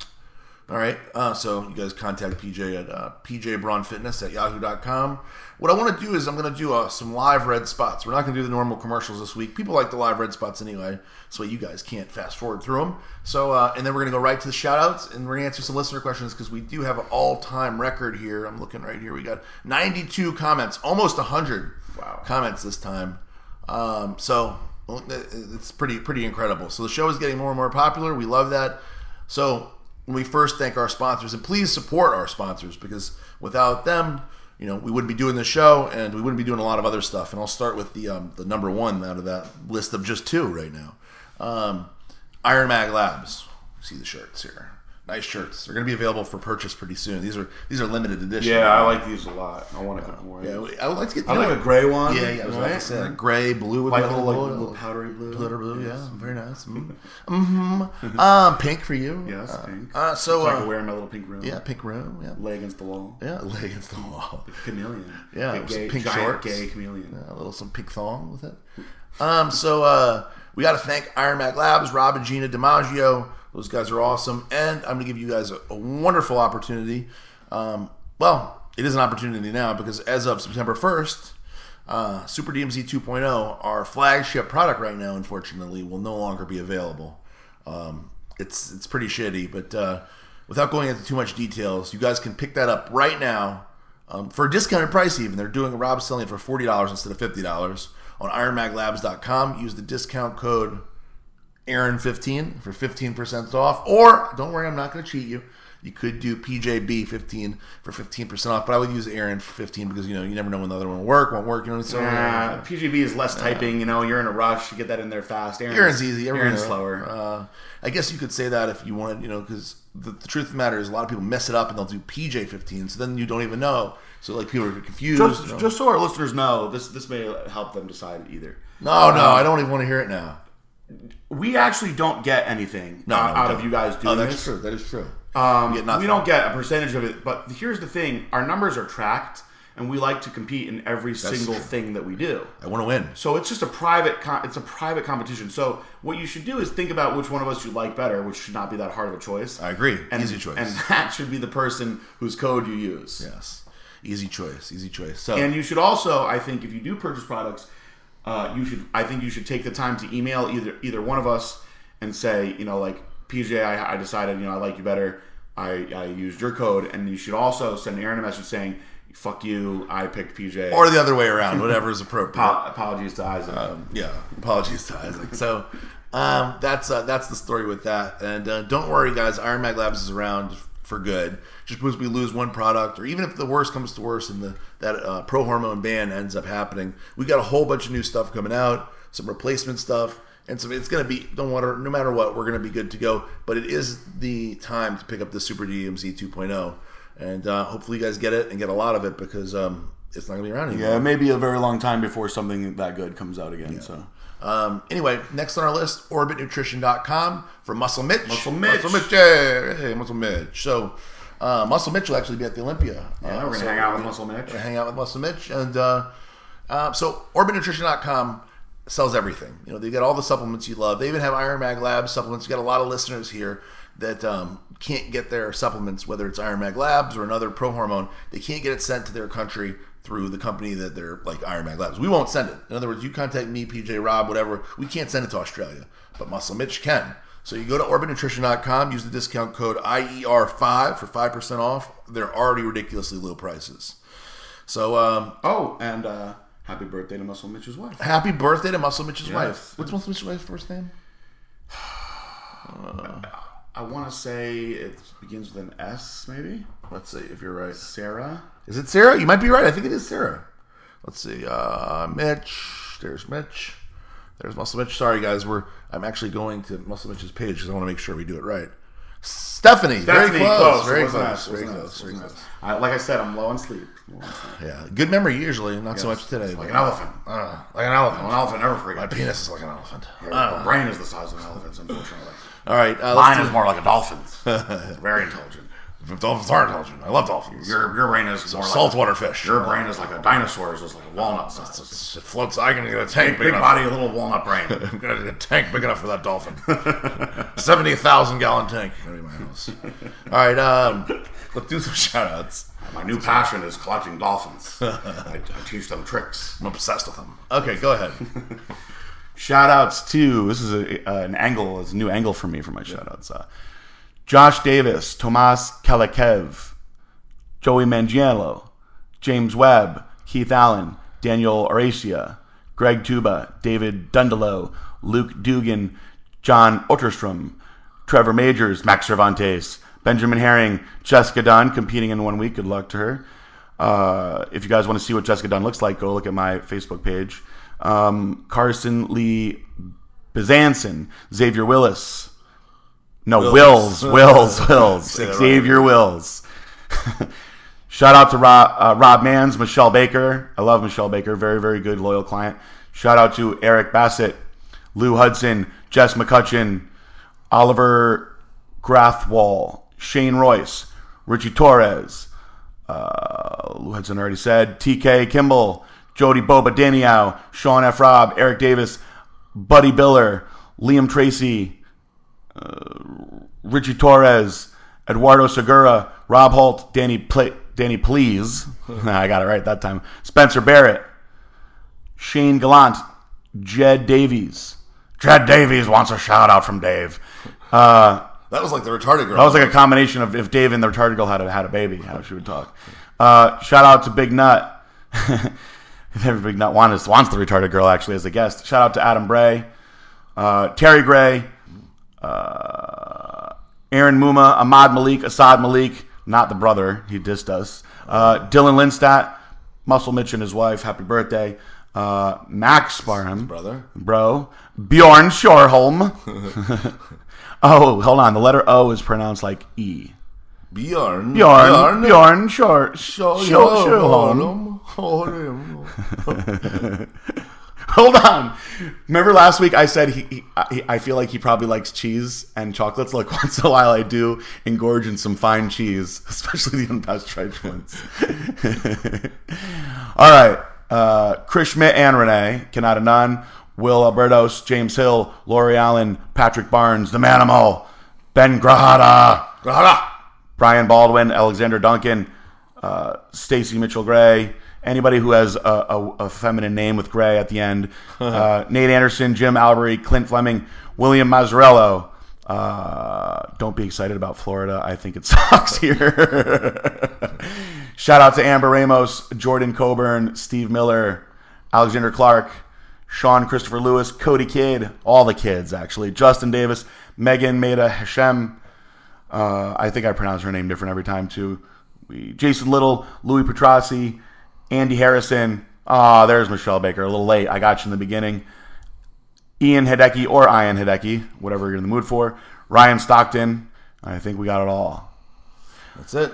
Speaker 2: All right. Uh, so you guys contact PJ at uh, pjbraunfitness at yahoo.com. What I want to do is I'm going to do uh, some live red spots. We're not going to do the normal commercials this week. People like the live red spots anyway, so you guys can't fast forward through them. So, uh, and then we're going to go right to the shout outs and we're going to answer some listener questions because we do have an all time record here. I'm looking right here. We got 92 comments, almost 100
Speaker 3: Wow.
Speaker 2: comments this time. Um, so well, it's pretty pretty incredible. So the show is getting more and more popular. We love that. So we first thank our sponsors and please support our sponsors because without them, you know, we wouldn't be doing the show and we wouldn't be doing a lot of other stuff. And I'll start with the um, the number one out of that list of just two right now. Um, Iron Mag Labs. See the shirts here. Nice shirts. They're going to be available for purchase pretty soon. These are these are limited edition.
Speaker 3: Yeah, I like these a lot. I want a couple more.
Speaker 2: Yeah, we- I would like to get.
Speaker 3: I like a gray one.
Speaker 2: Yeah, yeah,
Speaker 3: There's
Speaker 2: well, like I
Speaker 3: that-
Speaker 2: said, gray, blue, would
Speaker 3: Like
Speaker 2: be
Speaker 3: a little,
Speaker 2: available.
Speaker 3: like, little powdery blue.
Speaker 2: Glitter blue, yeah, very nice. Mm-hmm. um, pink for you.
Speaker 3: Yes,
Speaker 2: Uh,
Speaker 3: pink.
Speaker 2: Uh, so,
Speaker 3: So I can
Speaker 2: uh,
Speaker 3: wear in my little pink room.
Speaker 2: yeah, pink room. Yeah,
Speaker 3: Lay against the wall.
Speaker 2: yeah, lay against the wall.
Speaker 3: Chameleon.
Speaker 2: Yeah,
Speaker 3: Big
Speaker 2: with
Speaker 3: gay,
Speaker 2: pink
Speaker 3: giant
Speaker 2: shorts.
Speaker 3: gay chameleon.
Speaker 2: a little some pink thong with it. Um, so uh, we got to thank Iron Mac Labs, Rob and Gina DiMaggio. Those guys are awesome, and I'm gonna give you guys a, a wonderful opportunity. Um, well, it is an opportunity now because as of September 1st, uh, Super DMZ 2.0, oh, our flagship product right now, unfortunately, will no longer be available. Um, it's it's pretty shitty, but uh, without going into too much details, you guys can pick that up right now um, for a discounted price. Even they're doing Rob's selling it for forty dollars instead of fifty dollars on IronMagLabs.com. Use the discount code Aaron fifteen for fifteen percent off. Or don't worry, I'm not going to cheat you. You could do PJB fifteen for fifteen percent off, but I would use Aaron for fifteen because you know you never know when the other one will work, won't work. You know what I'm saying?
Speaker 3: Uh, PGB is less typing. You know, you're in a rush. You get that in there fast. Aaron's,
Speaker 2: Aaron's easy. Everyone
Speaker 3: Aaron's
Speaker 2: knows.
Speaker 3: slower.
Speaker 2: Uh, I guess you could say that if you wanted, you know, because the, the truth of the matter is a lot of people mess it up and they'll do PJ fifteen, so then you don't even know. So like people are confused.
Speaker 3: just,
Speaker 2: you know.
Speaker 3: just so our listeners know, this this may help them decide either.
Speaker 2: no, no, I don't even want to hear it now.
Speaker 3: We actually don't get anything
Speaker 2: No, no, we
Speaker 3: out
Speaker 2: don't.
Speaker 3: of you guys
Speaker 2: Oh,
Speaker 3: doing
Speaker 2: that's
Speaker 3: this.
Speaker 2: true. That is true.
Speaker 3: Um,
Speaker 2: We get nothing.
Speaker 3: we don't get a percentage of it, but here's the thing: our numbers are tracked, and we like to compete in every single
Speaker 2: true.
Speaker 3: thing that we do.
Speaker 2: I want to win.
Speaker 3: So it's just a private. Com- it's a private competition. So what you should do is think about which one of us you like better, which should not be that hard of a choice.
Speaker 2: I agree.
Speaker 3: And,
Speaker 2: Easy choice.
Speaker 3: And that should be the person whose code you use.
Speaker 2: Yes, easy choice. Easy choice. So
Speaker 3: And you should also, I think, if you do purchase products, uh, you should. I think you should take the time to email either either one of us and say, you know, like PJ, I, I decided, you know, I like you better. I, I used your code, and you should also send Aaron a message saying, "Fuck you, I picked PJ."
Speaker 2: or the other way around, whatever is appropriate.
Speaker 3: Apo- apologies to Isaac.
Speaker 2: yeah apologies to isaac so um, that's uh, that's the story with that and uh, don't worry guys iron mag labs is around for good just because we lose one product or even if the worst comes to worst and the that uh, pro hormone ban ends up happening we got a whole bunch of new stuff coming out some replacement stuff and so it's going to be don't matter no matter what we're going to be good to go but it is the time to pick up the super dmz 2.0 and uh, hopefully you guys get it and get a lot of it because um, it's not going to be around anymore
Speaker 3: Uh, it may be a very long time before something that good comes out again. So.
Speaker 2: Um, anyway, next on our list, orbitnutrition.com for Muscle Mitch.
Speaker 3: Muscle Mitch.
Speaker 2: Muscle Mitch. yeah, Hey, Muscle Mitch. So, uh, Muscle Mitch will actually be at the Olympia. uh,
Speaker 3: Yeah, we're gonna hang out with Muscle Mitch.
Speaker 2: We're gonna hang out with Muscle Mitch, and uh, uh, so orbitnutrition.com sells everything. You know, they got all the supplements you love. They even have Iron Mag Labs supplements. You got a lot of listeners here that um, can't get their supplements, whether it's Iron Mag Labs or another pro hormone. They can't get it sent to their country through the company that they're like Iron Mag Labs. We won't send it. In other words, you contact me, PJ Rob, whatever. We can't send it to Australia, but Muscle Mitch can. So you go to orbitnutrition.com, use the discount code IER5 for 5% off. They're already ridiculously low prices. So um,
Speaker 3: Oh, and uh, happy birthday to Muscle Mitch's wife.
Speaker 2: happy birthday to Muscle Mitch's wife.
Speaker 3: Yes.
Speaker 2: What's Muscle Mitch's wife's first name?
Speaker 3: I want to say it begins with an S, maybe.
Speaker 2: Let's see if you're right.
Speaker 3: Sarah.
Speaker 2: Is it Sarah? You might be right. I think it is Sarah. Let's see. Uh, Mitch. There's Mitch. There's Muscle Mitch. Sorry guys, we're I'm actually going to Muscle Mitch's page because I want to make sure we do it right. Stephanie. very
Speaker 3: Stephanie,
Speaker 2: close.
Speaker 3: It
Speaker 2: Very
Speaker 3: wasn't
Speaker 2: close.
Speaker 3: us, it
Speaker 2: Very
Speaker 3: wasn't
Speaker 2: close.
Speaker 3: us, it
Speaker 2: Very
Speaker 3: wasn't
Speaker 2: close.
Speaker 3: us. I, like I said, I'm low on sleep. Low on sleep.
Speaker 2: Yeah. Good memory usually, not so much today.
Speaker 3: Like
Speaker 2: but-
Speaker 3: an elephant.
Speaker 2: Uh, like an elephant.
Speaker 3: An elephant never
Speaker 2: My
Speaker 3: forgets.
Speaker 2: penis is like an elephant.
Speaker 3: My brain is the size of an elephant's, unfortunately.
Speaker 2: All right. Uh, let's
Speaker 3: Mine
Speaker 2: do-
Speaker 3: is more like a dolphin's. It's very intelligent.
Speaker 2: Dolphins are intelligent. I love dolphins.
Speaker 4: Your, your brain is more like,
Speaker 2: Saltwater fish.
Speaker 4: your brain is like a dinosaur's, just like a walnut size.
Speaker 2: It floats. I can get a tank big
Speaker 4: Big
Speaker 2: enough.
Speaker 4: body, a little walnut brain.
Speaker 2: I'm gonna need a tank big enough for that dolphin. Seventy thousand gallon tank. Gonna be my house. All right. Um, let's do some shout outs.
Speaker 4: My new passion is collecting dolphins. I, I teach them tricks.
Speaker 2: I'm obsessed with them. Okay, go ahead.
Speaker 4: Shout outs to this is a, uh, an angle, it's a new angle for me for my shout outs. Uh, Josh Davis, Tomas Kalakev, Joey Mangiello, James Webb, Keith Allen, Daniel Oracia, Greg Tuba, David Dundalo, Luke Dugan, John Otterstrom, Trevor Majors, Max Cervantes, Benjamin Herring, Jessica Dunn, competing in one week. Good luck to her. Uh, if you guys want to see what Jessica Dunn looks like, go look at my Facebook page. Um, Carson Lee Bezanson, Xavier Willis. No, Wills,
Speaker 2: Wills.
Speaker 4: Wills, Wills.
Speaker 2: Say that right.
Speaker 4: Xavier Wills. Shout out to Rob, uh, Rob Mans, Michelle Baker. I love Michelle Baker. Very, very good, loyal client. Shout out to Eric Bassett, Lou Hudson, Jess McCutcheon, Oliver Grathwall, Shane Royce, Richie Torres, uh, Lou Hudson already said, TK Kimball, Jody Boba Daniel, Sean F. Robb, Eric Davis, Buddy Biller, Liam Tracy, uh, Richie Torres, Eduardo Segura, Rob Holt, Danny Pl- Danny Please. I got it right that time. Spencer Barrett, Shane Gallant, Jed Davies. Jed Davies wants a shout out from Dave. Uh,
Speaker 2: That was like the retarded girl.
Speaker 4: that was like a combination of if Dave and the retarded girl had a, had a baby, how she would talk. Uh, shout out to Big Nut. Every Big Nut wants, wants the retarded girl actually as a guest. Shout out to Adam Bray, uh, Terry Gray, uh, Aaron Muma, Ahmad Malik, Assad Malik, not the brother, he dissed us. Uh, Dylan Linstat, Muscle Mitch and his wife, happy birthday. Uh, Max Barham
Speaker 2: brother.
Speaker 4: bro. Bjorn Shorholm. oh, hold on. The letter O is pronounced like E.
Speaker 2: Bjorn.
Speaker 4: Bjorn Bjorn Shor
Speaker 2: Show
Speaker 4: Shor- Shorholm. Hold on. Remember last week I said he, he, I- I feel like he probably likes cheese and chocolates. Like once in a while I do engorge in some fine cheese, especially the unpasteurized ones. All right. Uh, Chris Schmidt and Renee, Kanata Nunn, Will Albertos, James Hill, Lori Allen, Patrick Barnes, The Manimal, Ben Grahada, Brian Baldwin, Alexander Duncan, uh, Stacy Mitchell Gray, anybody who has a, a, a feminine name with Gray at the end, uh, Nate Anderson, Jim Albury, Clint Fleming, William Mazzarello. Uh, don't be excited about Florida. I think it sucks here. Shout out to Amber Ramos, Jordan Coburn, Steve Miller, Alexander Clark, Sean Christopher Lewis, Cody Kidd, all the kids actually, Justin Davis, Megan Maida Hashem, uh, I think I pronounce her name different every time too. We, Jason Little, Louis Petrossi, Andy Harrison. Ah, there's Michelle Baker. A little late. I got you in the beginning. Ian Hideki or Ian Hideki, whatever you're in the mood for. Ryan Stockton. I think we got it all.
Speaker 2: That's it.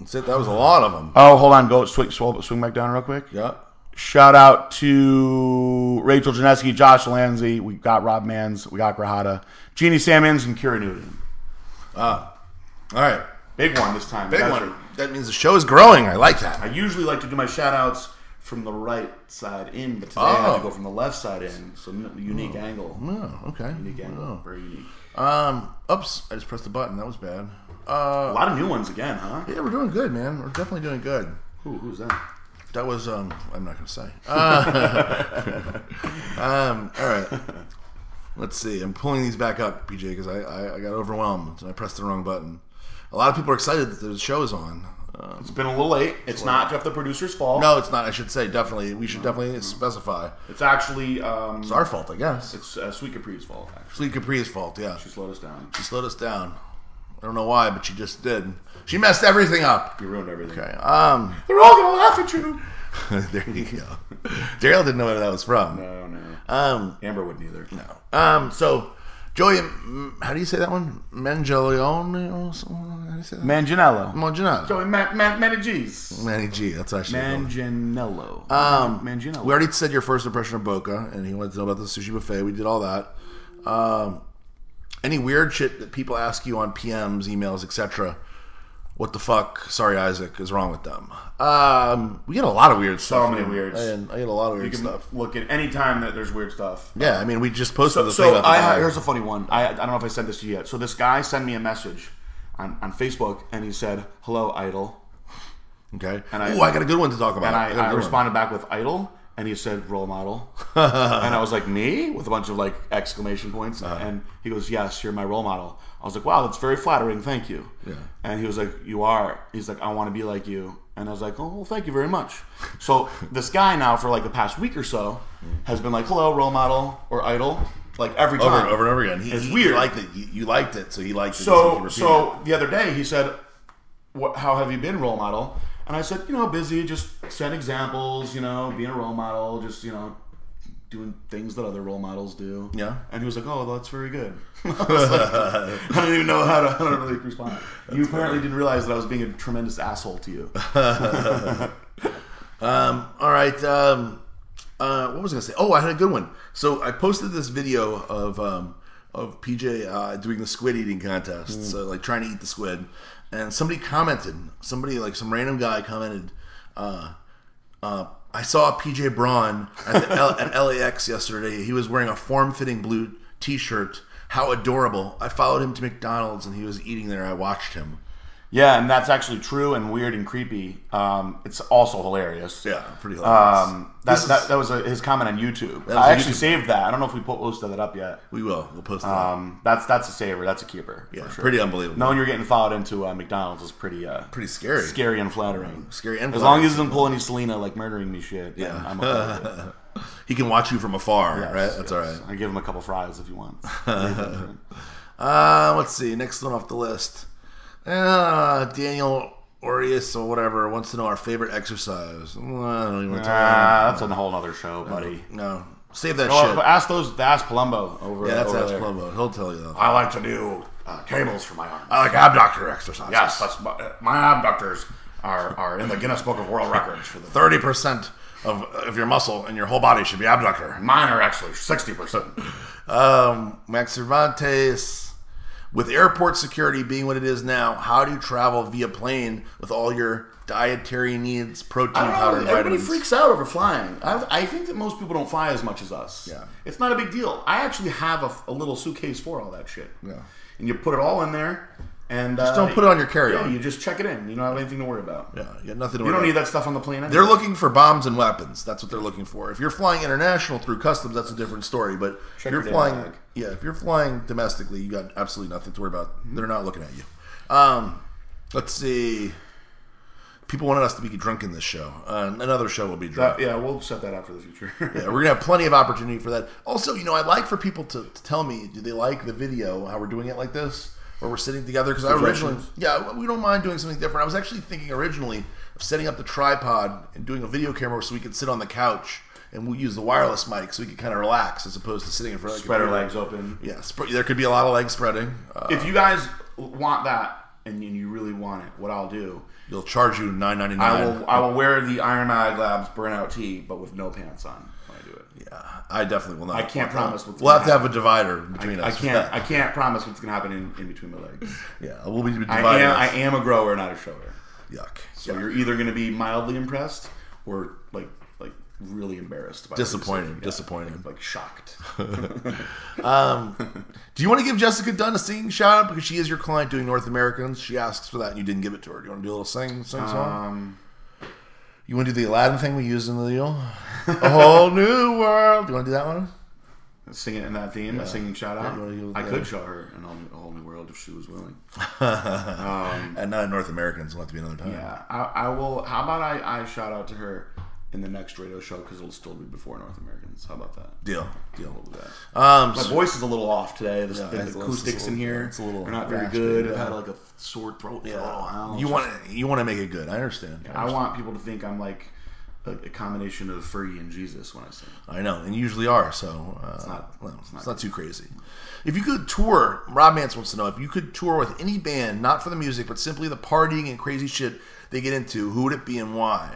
Speaker 2: That's it. That was a lot of them.
Speaker 4: Oh, hold on. Go swing, swing, swing back down real quick.
Speaker 2: Yeah.
Speaker 4: Shout out to Rachel Janeski, Josh Lanzi. We got Rob Mans. We got Grahada, Jeannie Sammons, and Kira Newton.
Speaker 2: All right.
Speaker 4: Big one this time.
Speaker 2: Big
Speaker 4: That's
Speaker 2: one.
Speaker 4: right.
Speaker 2: That means the show is growing. I like that.
Speaker 4: I usually like to do my shout outs from the right side in, but today I had to
Speaker 2: Oh.
Speaker 4: go from the left side in. So n- unique angle.
Speaker 2: Oh, okay.
Speaker 4: Unique angle. Very unique.
Speaker 2: Um. Oops. I just pressed the button. That was bad.
Speaker 4: A
Speaker 2: Uh.
Speaker 4: lot of new ones again, huh?
Speaker 2: Yeah, we're doing good, man. We're definitely doing good.
Speaker 4: Who, who's that?
Speaker 2: That was um. I'm not gonna say. Uh, um. All right. Let's see. I'm pulling these back up, PJ, because I, I I got overwhelmed and I pressed the wrong button. A lot of people are excited that the show is on. Um,
Speaker 4: It's been a little late. It's not Jeff the producer's fault.
Speaker 2: no, it's not. I should say definitely. We should definitely specify.
Speaker 4: It's actually um,
Speaker 2: It's our fault, I guess.
Speaker 4: it's uh, Sweet Capri's fault. Actually,
Speaker 2: Sleep Capri's fault. Yeah,
Speaker 4: she slowed us down.
Speaker 2: she slowed us down. I don't know why, but she just did. She messed everything up.
Speaker 4: You ruined everything.
Speaker 2: Okay. Um.
Speaker 4: They're all gonna laugh at you.
Speaker 2: there you go. Daryl didn't know where that was from.
Speaker 4: Oh no.
Speaker 2: Um.
Speaker 4: Amber wouldn't either. No.
Speaker 2: Um, so, Joey, m- how do you say that one? Mangielone or something? How do you say that?
Speaker 4: Manginello.
Speaker 2: Mangiello.
Speaker 4: Joey Ma- Ma- Maniges.
Speaker 2: Manny G. That's actually.
Speaker 4: Manginello.
Speaker 2: Um,
Speaker 4: Manginello.
Speaker 2: We already said your first impression of Boca, and he wanted to know about the sushi buffet. We did all that. Um, any weird shit that people ask you on PMs, emails, etc. what the fuck? Sorry, Isaac is wrong with them. Um, we get a lot of weird
Speaker 4: So
Speaker 2: stuff.
Speaker 4: many
Speaker 2: man.
Speaker 4: weirds.
Speaker 2: And I get a lot of weird
Speaker 4: You can
Speaker 2: stuff.
Speaker 4: look at any time that there's weird stuff.
Speaker 2: Yeah, I mean, we just posted the thing
Speaker 4: So
Speaker 2: about the
Speaker 4: I,
Speaker 2: guy.
Speaker 4: here's a funny one. I, I don't know if I sent this to you yet. So this guy sent me a message on, on Facebook, and he said, "Hello, idol,"
Speaker 2: okay.
Speaker 4: and I-
Speaker 2: oh, I got a good one to talk about.
Speaker 4: and
Speaker 2: got a
Speaker 4: I, I
Speaker 2: good one.
Speaker 4: responded back with "idol," and he said, "Role model," and I was like, "Me?" with a bunch of like exclamation points,
Speaker 2: Uh-huh.
Speaker 4: and he goes, "Yes, you're my role model." I was like, "Wow, that's very flattering. Thank you."
Speaker 2: Yeah.
Speaker 4: And he was like, "You are." He's like, "I want to be like you," and I was like, "Oh, well, thank you very much." So this guy now for like the past week or so has been like, "Hello, role model or idol," like every time
Speaker 2: over and over and over again. He,
Speaker 4: It's
Speaker 2: he
Speaker 4: weird.
Speaker 2: Liked it. You, you liked it, so he liked it.
Speaker 4: So,
Speaker 2: he
Speaker 4: so the other day he said, what, "How have you been, role model?" And I said, "You know, busy, just setting examples. You know, being a role model, just you know, doing things that other role models do."
Speaker 2: Yeah.
Speaker 4: And he was like, "Oh, that's very good." I, was like, I don't even know how to, I don't really respond. you apparently didn't realize that I was being a tremendous asshole to you.
Speaker 2: Um, all right. Um, uh, what was I gonna say? Oh, I had a good one. So I posted this video of um, of PJ uh, doing the squid eating contest,
Speaker 4: Mm.
Speaker 2: so like trying to eat the squid, and somebody commented. Somebody like some random guy commented. Uh, uh, I saw PJ Braun at, the L- at LAX yesterday. He was wearing a form fitting blue t shirt. How adorable! I followed him to McDonald's and he was eating there. I watched him.
Speaker 4: yeah, and that's actually true and weird and creepy. Um, it's also hilarious.
Speaker 2: Yeah, pretty hilarious.
Speaker 4: Um, that,
Speaker 2: This is-
Speaker 4: that, that was a, his comment on YouTube.
Speaker 2: was
Speaker 4: I actually
Speaker 2: YouTube.
Speaker 4: saved that. I don't know if we po- posted that up yet.
Speaker 2: we will. We'll post that.
Speaker 4: Um, that's that's a saver. That's a keeper.
Speaker 2: yeah,
Speaker 4: for sure.
Speaker 2: pretty unbelievable.
Speaker 4: Knowing you're getting followed into uh, McDonald's is pretty uh,
Speaker 2: pretty scary.
Speaker 4: scary and flattering.
Speaker 2: Scary and
Speaker 4: as
Speaker 2: flattering.
Speaker 4: long as it doesn't pull any Selena like murdering me shit. Yeah, I'm okay with it.
Speaker 2: He can watch you from afar, right? That's all right.
Speaker 4: I give him a couple fries if you want.
Speaker 2: Uh, let's see. Next one off the list. Uh, Daniel Aureus or whatever wants to know our favorite exercise. Uh, I don't even want to talk about
Speaker 4: Ah, that's a whole other show, buddy.
Speaker 2: it. No. Save that
Speaker 4: Oh,
Speaker 2: shit.
Speaker 4: but ask those. Ask Palumbo over.
Speaker 2: yeah, that's
Speaker 4: over
Speaker 2: Ash
Speaker 4: there.
Speaker 2: Plumbo. He'll tell you. That.
Speaker 4: I like to do uh, cables for my arms.
Speaker 2: I like abductor exercises.
Speaker 4: yes, that's my, my abductors are are in the Guinness Book of World Records for the.
Speaker 2: 30% of, of your muscle and your whole body should be abductor.
Speaker 4: Mine are actually sixty percent.
Speaker 2: Um, Max Cervantes. With airport security being what it is now, how do you travel via plane with all your dietary needs, protein
Speaker 4: I don't know,
Speaker 2: powder, and
Speaker 4: Oh, Everybody
Speaker 2: vitamins?
Speaker 4: freaks out over flying. I, I think that most people don't fly as much as us.
Speaker 2: Yeah.
Speaker 4: It's not a big deal. I actually have a, a little suitcase for all that shit.
Speaker 2: Yeah.
Speaker 4: And you put it all in there, and just
Speaker 2: don't put it on your carry-on.
Speaker 4: Yeah, you just check it in. You don't have anything to worry about.
Speaker 2: Yeah, you got nothing to
Speaker 4: You
Speaker 2: worry
Speaker 4: don't
Speaker 2: about.
Speaker 4: need that stuff on the plane. Anyway.
Speaker 2: They're looking for bombs and weapons. That's what they're looking for. If you're flying international through customs, that's a different story. But if
Speaker 4: Check
Speaker 2: you're
Speaker 4: your
Speaker 2: flying,
Speaker 4: bag.
Speaker 2: yeah, if you're flying domestically, you got absolutely nothing to worry about.
Speaker 4: Mm-hmm.
Speaker 2: They're not looking at you. Um, let's see. People wanted us to be drunk in this show. Uh, another show will be drunk.
Speaker 4: That- yeah, we'll set that up for the future.
Speaker 2: Yeah, we're gonna have plenty of opportunity for that. Also, you know, I'd like for people to, to tell me, do they like the video? How we're doing it like this, where we're sitting together? Because I originally,
Speaker 4: Suggestions.
Speaker 2: yeah, we don't mind doing something different. I was actually thinking originally of setting up the tripod and doing a video camera so we could sit on the couch and we use the wireless mic so we could kind of relax as opposed to sitting in front of the
Speaker 4: Spread our
Speaker 2: computer.
Speaker 4: legs open.
Speaker 2: Yeah, sp- there could be a lot of leg spreading. Uh,
Speaker 4: If you guys want that and you- you really want it, what I'll do,
Speaker 2: they'll charge you nine ninety
Speaker 4: I
Speaker 2: nine.
Speaker 4: will I will wear the Iron Eye Labs burnout tee, but with no pants on when I do it.
Speaker 2: Yeah, I definitely will not.
Speaker 4: I can't promise what's
Speaker 2: We'll have to
Speaker 4: gonna
Speaker 2: have a divider between
Speaker 4: I
Speaker 2: us. for
Speaker 4: can't.
Speaker 2: that.
Speaker 4: I can't promise what's gonna happen in, in between my legs.
Speaker 2: yeah, we'll be divided.
Speaker 4: I am. I am a grower, not a shower.
Speaker 2: Yuck.
Speaker 4: So you're either gonna be mildly impressed or like like really embarrassed. By the
Speaker 2: Disappointed,
Speaker 4: decision.
Speaker 2: disappointed.
Speaker 4: Like, like shocked.
Speaker 2: Do you want to give Jessica Dunn a singing shout out because she is your client doing North Americans? She asks for that, and you didn't give it to her. Do you want to do a little sing sing song?
Speaker 4: Um,
Speaker 2: You want to do the Aladdin thing we used in the deal? a whole new world. Do you want to do that one?
Speaker 4: singing in that theme, a singing shout out.
Speaker 2: you wanna do-
Speaker 4: I
Speaker 2: yeah.
Speaker 4: could show her in a whole, new, a whole new world if she was willing.
Speaker 2: And not North Americans. We'll have to be another time.
Speaker 4: Yeah, I, I will. How about I, I shout out to her in the next radio show because it'll still be before North Americans. How about that?
Speaker 2: Deal. Deal.
Speaker 4: We'll do that.
Speaker 2: Um,
Speaker 4: My
Speaker 2: so-
Speaker 4: voice is a little off today. The, the
Speaker 2: it's- it's
Speaker 4: acoustics
Speaker 2: a
Speaker 4: in
Speaker 2: little-
Speaker 4: here
Speaker 2: it's a little
Speaker 4: are not very
Speaker 2: raspy,
Speaker 4: good.
Speaker 2: yeah.
Speaker 4: I had like a sore throat for a while.
Speaker 2: you want to you want to make it good. I understand.
Speaker 4: I want people to think I'm like a, a combination of Fergie and Jesus when I sing.
Speaker 2: I know, and you usually are. So uh, it's,
Speaker 4: not-
Speaker 2: not, well, it's, not, too crazy. If you could tour, Rob Mance wants to know if you could tour with any band, not for the music, but simply the partying and crazy shit they get into. Who would it be and why?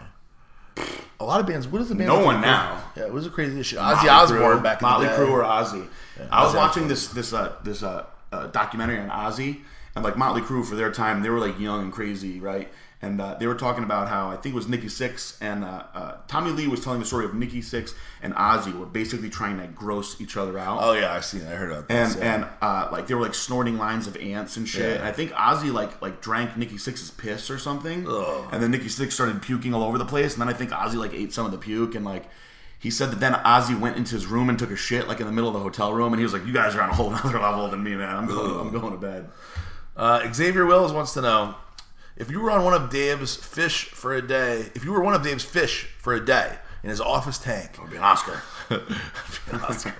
Speaker 2: A lot of bands. What is the band?
Speaker 4: No
Speaker 2: that's
Speaker 4: one
Speaker 2: the-
Speaker 4: now.
Speaker 2: Yeah, what is the craziest shit? Ozzy
Speaker 4: Motley
Speaker 2: Osbourne
Speaker 4: Crue-
Speaker 2: back in
Speaker 4: Motley
Speaker 2: the day.
Speaker 4: Crue or Ozzy. I was
Speaker 2: Ozzy
Speaker 4: watching this this uh, this uh, uh, documentary on Ozzy,
Speaker 3: and like Motley Crue for their time, they were like young and crazy, right? And uh, they were talking about how I think it was Nikki Six and uh, uh, Tommy Lee was telling the story of Nikki Six and Ozzy were basically trying to gross each other out
Speaker 2: Oh yeah, I seen. That. I heard about
Speaker 3: and
Speaker 2: this. yeah.
Speaker 3: and uh, like they were like snorting lines of ants and shit.
Speaker 2: Yeah.
Speaker 3: And I think Ozzy like like drank Nikki Six's piss or something,
Speaker 2: Ugh.
Speaker 3: and then Nikki Six started puking all over the place. And then I think Ozzy like ate some of the puke and like. He said that then Ozzy went into his room and took a shit like in the middle of the hotel room, and he was like, "You guys are on a whole other level than me, man. I'm going, I'm going to bed."
Speaker 2: Uh, Xavier Wills wants to know if you were on one of Dave's fish for a day. If you were one of Dave's fish for a day in his office tank,
Speaker 3: I'll be an Oscar.
Speaker 2: Oscar.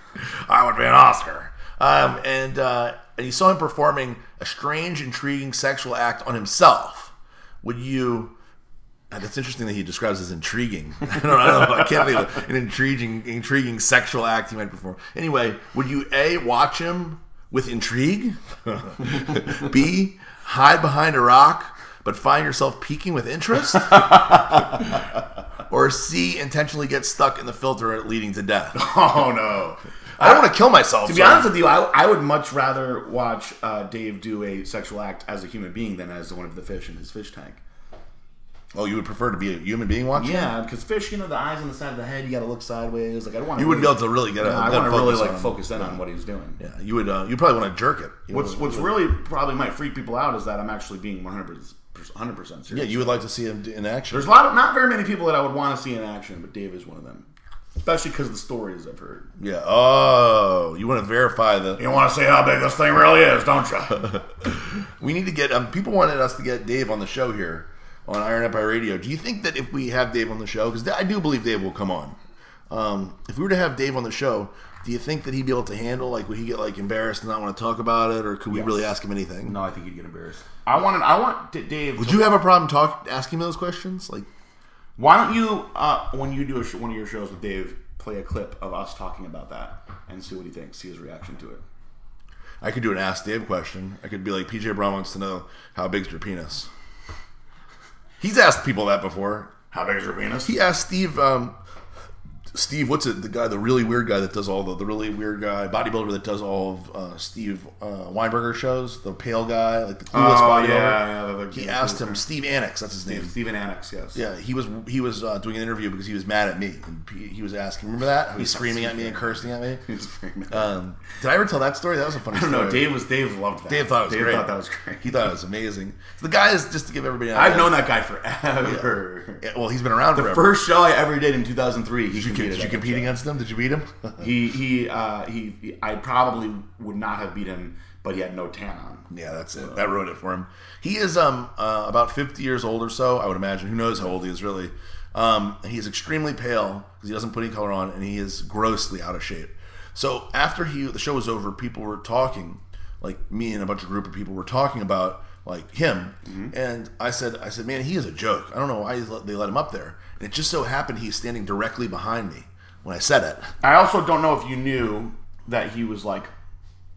Speaker 2: I would be an Oscar. Um, and uh, and you saw him performing a strange, intriguing sexual act on himself. Would you? uh, That's interesting that he describes as intriguing. I don't, I don't know. I can't think of an intriguing, intriguing sexual act he might perform. Anyway, would you a watch him with intrigue? B hide behind a rock, but find yourself peeking with interest? or C intentionally get stuck in the filter leading to death?
Speaker 3: Oh no!
Speaker 2: I don't want to kill myself.
Speaker 3: To be honest with you, I, I would much rather watch uh, Dave do a sexual act as a human being than as one of the fish in his fish tank.
Speaker 2: oh, you would prefer to be a human being watching?
Speaker 3: Yeah, because fish, you know, the eyes on the side of the head, you got to look sideways. Like I don't want
Speaker 2: You wouldn't be able to really get. a-
Speaker 3: I
Speaker 2: get a
Speaker 3: want to really
Speaker 2: focus
Speaker 3: like
Speaker 2: on him.
Speaker 3: focus in on what he's doing.
Speaker 2: Yeah, you would. Uh, you probably want to jerk it. You
Speaker 3: What's
Speaker 2: would-
Speaker 3: what's really probably might freak people out is that I'm actually being 100 percent serious.
Speaker 2: Yeah, you would like to see him in action.
Speaker 3: There's a lot of not very many people that I would want to see in action, but Dave is one of them, especially because of the stories I've heard.
Speaker 2: yeah. Oh, you want to verify the.
Speaker 3: You want to see how big this thing really is, don't you?
Speaker 2: We need to get um, people wanted us to get Dave on the show here on Iron Empire Radio. Do you think that if we have Dave on the show, because I do believe Dave will come on, um, if we were to have Dave on the show, do you think that he'd be able to handle? Like, would he get like embarrassed and not want to talk about it, or could we really ask him anything?
Speaker 3: no, I think you'd get embarrassed. I want I want D- Dave.
Speaker 2: Would
Speaker 3: to-
Speaker 2: you have a problem talk asking him those questions? Like,
Speaker 3: why don't you uh, when you do a sh- one of your shows with Dave, play a clip of us talking about that and see what he thinks, see his reaction to it.
Speaker 2: I could do an Ask Dave question. I could be like, PJ Brown wants to know how big's your penis. He's asked people that before.
Speaker 3: How big is your penis?
Speaker 2: He asked Steve, um, Steve, what's it? The guy, the really weird guy that does all the the really weird guy bodybuilder that does all of uh, Steve uh, Weinberger shows. The pale guy, like the clueless
Speaker 3: Oh,
Speaker 2: bodybuilder. He asked him, Steve Annex, that's his name.
Speaker 3: Stephen Annex, yes.
Speaker 2: Yeah, he was he was uh, doing an interview because he was mad at me. And he- he was asking, remember that? He was screaming at me and cursing at me.
Speaker 3: He's very mad.
Speaker 2: Um, did I ever tell that story? That was a funny
Speaker 3: I don't
Speaker 2: story.
Speaker 3: know. Dave was Dave loved that.
Speaker 2: Dave thought it was
Speaker 3: Dave
Speaker 2: great.
Speaker 3: thought that was great.
Speaker 2: He thought it was amazing. So the guy is just to give everybody. An
Speaker 3: I've
Speaker 2: idea.
Speaker 3: known that guy forever.
Speaker 2: Yeah, well, he's been around
Speaker 3: The
Speaker 2: forever.
Speaker 3: first show I ever did in 2003, he
Speaker 2: did you,
Speaker 3: competed
Speaker 2: did you
Speaker 3: at.
Speaker 2: compete against him? Did you beat him?
Speaker 3: He he uh, he, he- I probably would not have beat him, but he had no tan on.
Speaker 2: yeah, that's it.
Speaker 3: uh,
Speaker 2: That ruined it for him. He is um uh, about fifty years old or so, I would imagine. Who knows how old he is really? Um, he is extremely pale because he doesn't put any color on, and he is grossly out of shape. So after he the show was over, people were talking, like me and a bunch of group of people were talking about like him,
Speaker 3: Mm-hmm.
Speaker 2: and I said, I said, man, he is a joke. I don't know why he let- they let him up there. And it just so happened he's standing directly behind me when I said it.
Speaker 3: I also don't know if you knew that he was like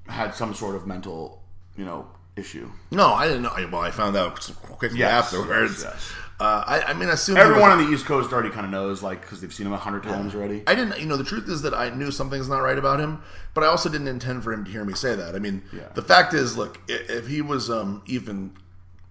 Speaker 3: had some sort of mental, you know, issue.
Speaker 2: No, I didn't know. I- Well, I found out quickly
Speaker 3: Yes,
Speaker 2: afterwards.
Speaker 3: yes, yes.
Speaker 2: Uh, I, I mean, I assume
Speaker 3: Everyone
Speaker 2: he was-
Speaker 3: on the East Coast already kind of knows, like, because they've seen him a hundred times already.
Speaker 2: I didn't. You know, the truth is that I knew something's not right about him, but I also didn't intend for him to hear me say that. I mean,
Speaker 3: Yeah.
Speaker 2: the fact is, look, i- if he was um, even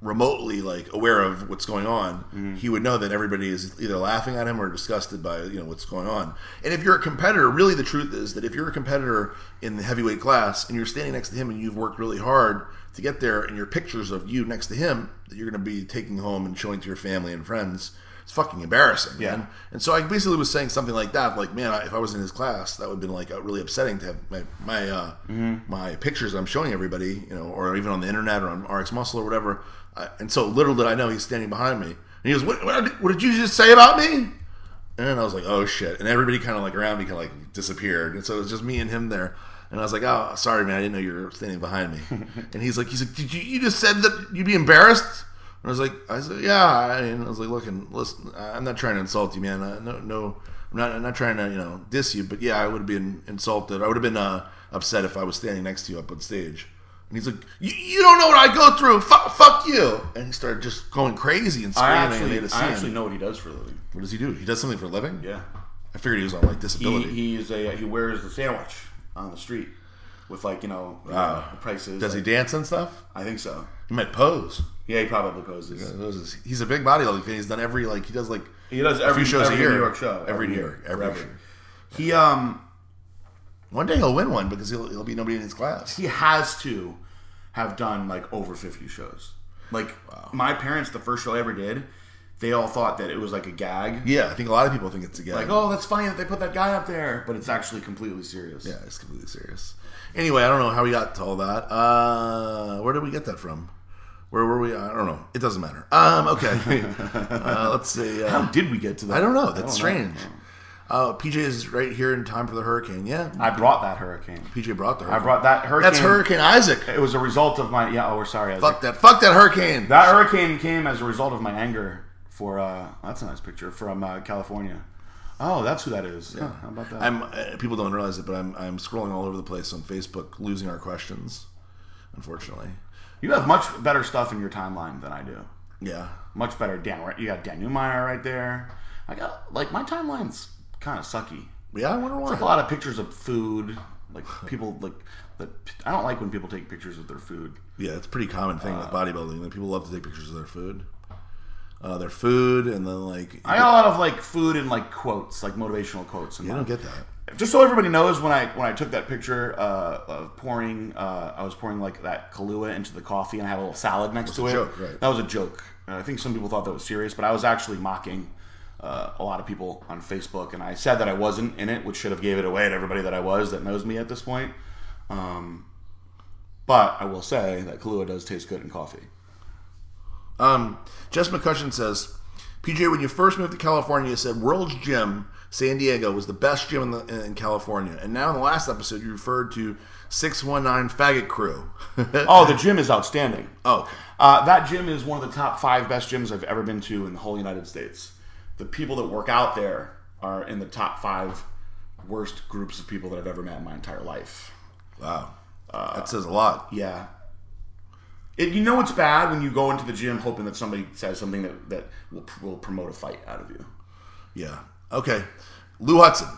Speaker 2: remotely like aware of what's going on, he would know that everybody is either laughing at him or disgusted by you know what's going on. And if you're a competitor, really, the truth is that if you're a competitor in the heavyweight class and you're standing next to him and you've worked really hard to get there, and your pictures of you next to him that you're going to be taking home and showing to your family and friends. It's fucking embarrassing,
Speaker 3: Yeah.
Speaker 2: man. And so I basically was saying something like that, like, man, I, if I was in his class, that would have been like uh, really upsetting to have my my uh, my pictures I'm showing everybody, you know, or even on the internet or on RX Muscle or whatever. I, and so little did I know he's standing behind me, and he goes, "What, what, did- what did you just say about me?" And I was like, "Oh shit!" And everybody kind of like around me kind of like disappeared, and so it was just me and him there. And I was like, "Oh, sorry, man, I didn't know you were standing behind me." and he's like, "He's like, did you, you just said that you'd be embarrassed?" And I was like, "I said, yeah." And I was like, "Look, and listen, I'm not trying to insult you, man. I, no, no, I'm not. I'm not trying to, you know, diss you. But yeah, I would have been insulted. I would have been uh, upset if I was standing next to you up on stage." And he's like, "You, you don't know what I go through. Fuck, fuck you!" And he started just going crazy and
Speaker 3: I
Speaker 2: screaming. and
Speaker 3: actually,
Speaker 2: made a scene.
Speaker 3: I actually know what he does for a living.
Speaker 2: What does he do? He does something for a living.
Speaker 3: Yeah,
Speaker 2: I figured he was on like
Speaker 3: he
Speaker 2: disability.
Speaker 3: he is a he wears the sandwich on the street.
Speaker 4: with like you know, you know,
Speaker 2: Wow.
Speaker 4: the prices.
Speaker 2: Does he dance and stuff?
Speaker 4: I think so.
Speaker 2: He might pose.
Speaker 4: Yeah, he probably poses.
Speaker 2: Poses. He's a big bodybuilding fan. He's done every like he does like
Speaker 4: He does
Speaker 2: a
Speaker 4: every
Speaker 2: few shows
Speaker 4: every
Speaker 2: a year.
Speaker 4: New York show
Speaker 2: every, New York every
Speaker 4: forever.
Speaker 2: year.
Speaker 4: He um
Speaker 2: One day he'll win one because he'll, he'll be nobody in his class.
Speaker 4: he has to have done like over 50 shows. Like my parents, the first show I ever did, they all thought that it was like a gag.
Speaker 2: Yeah, I think a lot of people think it's a guy.
Speaker 4: Like, oh, that's funny that they put that guy up there, but it's actually completely serious.
Speaker 2: Yeah, it's completely serious. Anyway, I don't know how we got to all that. Uh, where did we get that from? Where were we? I don't know. It doesn't matter. Um, okay. uh, let's see. Uh,
Speaker 4: How Oh, did we get to that?
Speaker 2: I don't know. That's strange. Uh, PJ is right here in time for the hurricane. Yeah,
Speaker 4: I brought that hurricane.
Speaker 2: PJ brought the
Speaker 4: I
Speaker 2: hurricane.
Speaker 4: brought that hurricane.
Speaker 2: That's Hurricane Isaac.
Speaker 4: It was a result of my yeah. Oh, we're sorry. I was like-
Speaker 2: Fuck that. Fuck that hurricane.
Speaker 4: that hurricane came as a result of my anger for. uh That's a nice picture from uh, California. Oh, that's who that is. Yeah. how about that?
Speaker 2: I'm. Uh, people don't realize it, but I'm. I'm scrolling all over the place on Facebook, losing our questions. Unfortunately.
Speaker 4: you have much better stuff in your timeline than I do.
Speaker 2: Yeah.
Speaker 4: much better. Dan, right? You got Dan Newmeyer right there. I got like my timeline's kind of sucky.
Speaker 2: Yeah. I wonder why.
Speaker 4: Like a lot of pictures of food, like people like that. I don't like when people take pictures of their food.
Speaker 2: Yeah, it's a pretty common thing with bodybuilding that people love to take pictures of their food, uh, their food, and then like
Speaker 4: I got a lot of like food and like quotes, like motivational quotes. And
Speaker 2: you don't get that.
Speaker 4: just so everybody knows, when I when I took that picture uh, of pouring, uh, I was pouring like that Kahlua into the coffee, and I had a little salad next to
Speaker 2: a
Speaker 4: it.
Speaker 2: joke, right.
Speaker 4: That was a joke. And I think some people thought that was serious, but I was actually mocking uh, a lot of people on Facebook, and I said that I wasn't in it, which should have gave it away to everybody that I was that knows me at this point. Um, but I will say that Kahlua does taste good in coffee.
Speaker 2: Um, Jess McCutcheon says, PJ, when you first moved to California, you said World's Gym San Diego was the best gym in, the, in California, and now in the last episode you referred to six one nine Faggot Crew.
Speaker 4: Oh, the gym is outstanding.
Speaker 2: oh,
Speaker 4: Uh, that gym is one of the top five best gyms I've ever been to in the whole United States. The people that work out there are in the top five worst groups of people that I've ever met in my entire life.
Speaker 2: wow, that says a lot.
Speaker 4: Yeah. It, you know it's bad when you go into the gym hoping that somebody says something that, that will, will promote a fight out of you.
Speaker 2: Yeah. Okay. Lou Hudson.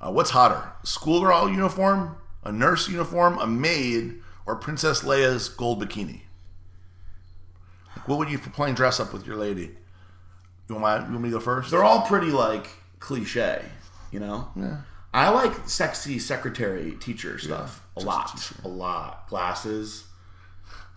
Speaker 2: Uh, what's hotter, schoolgirl uniform, a nurse uniform, a maid, or Princess Leia's gold bikini? Like, what would you for playing dress up with your lady? You want, my, you want me to go first?
Speaker 4: They're all pretty, like, cliche, you know? Yeah. I like sexy secretary teacher stuff a lot. A lot. Glasses,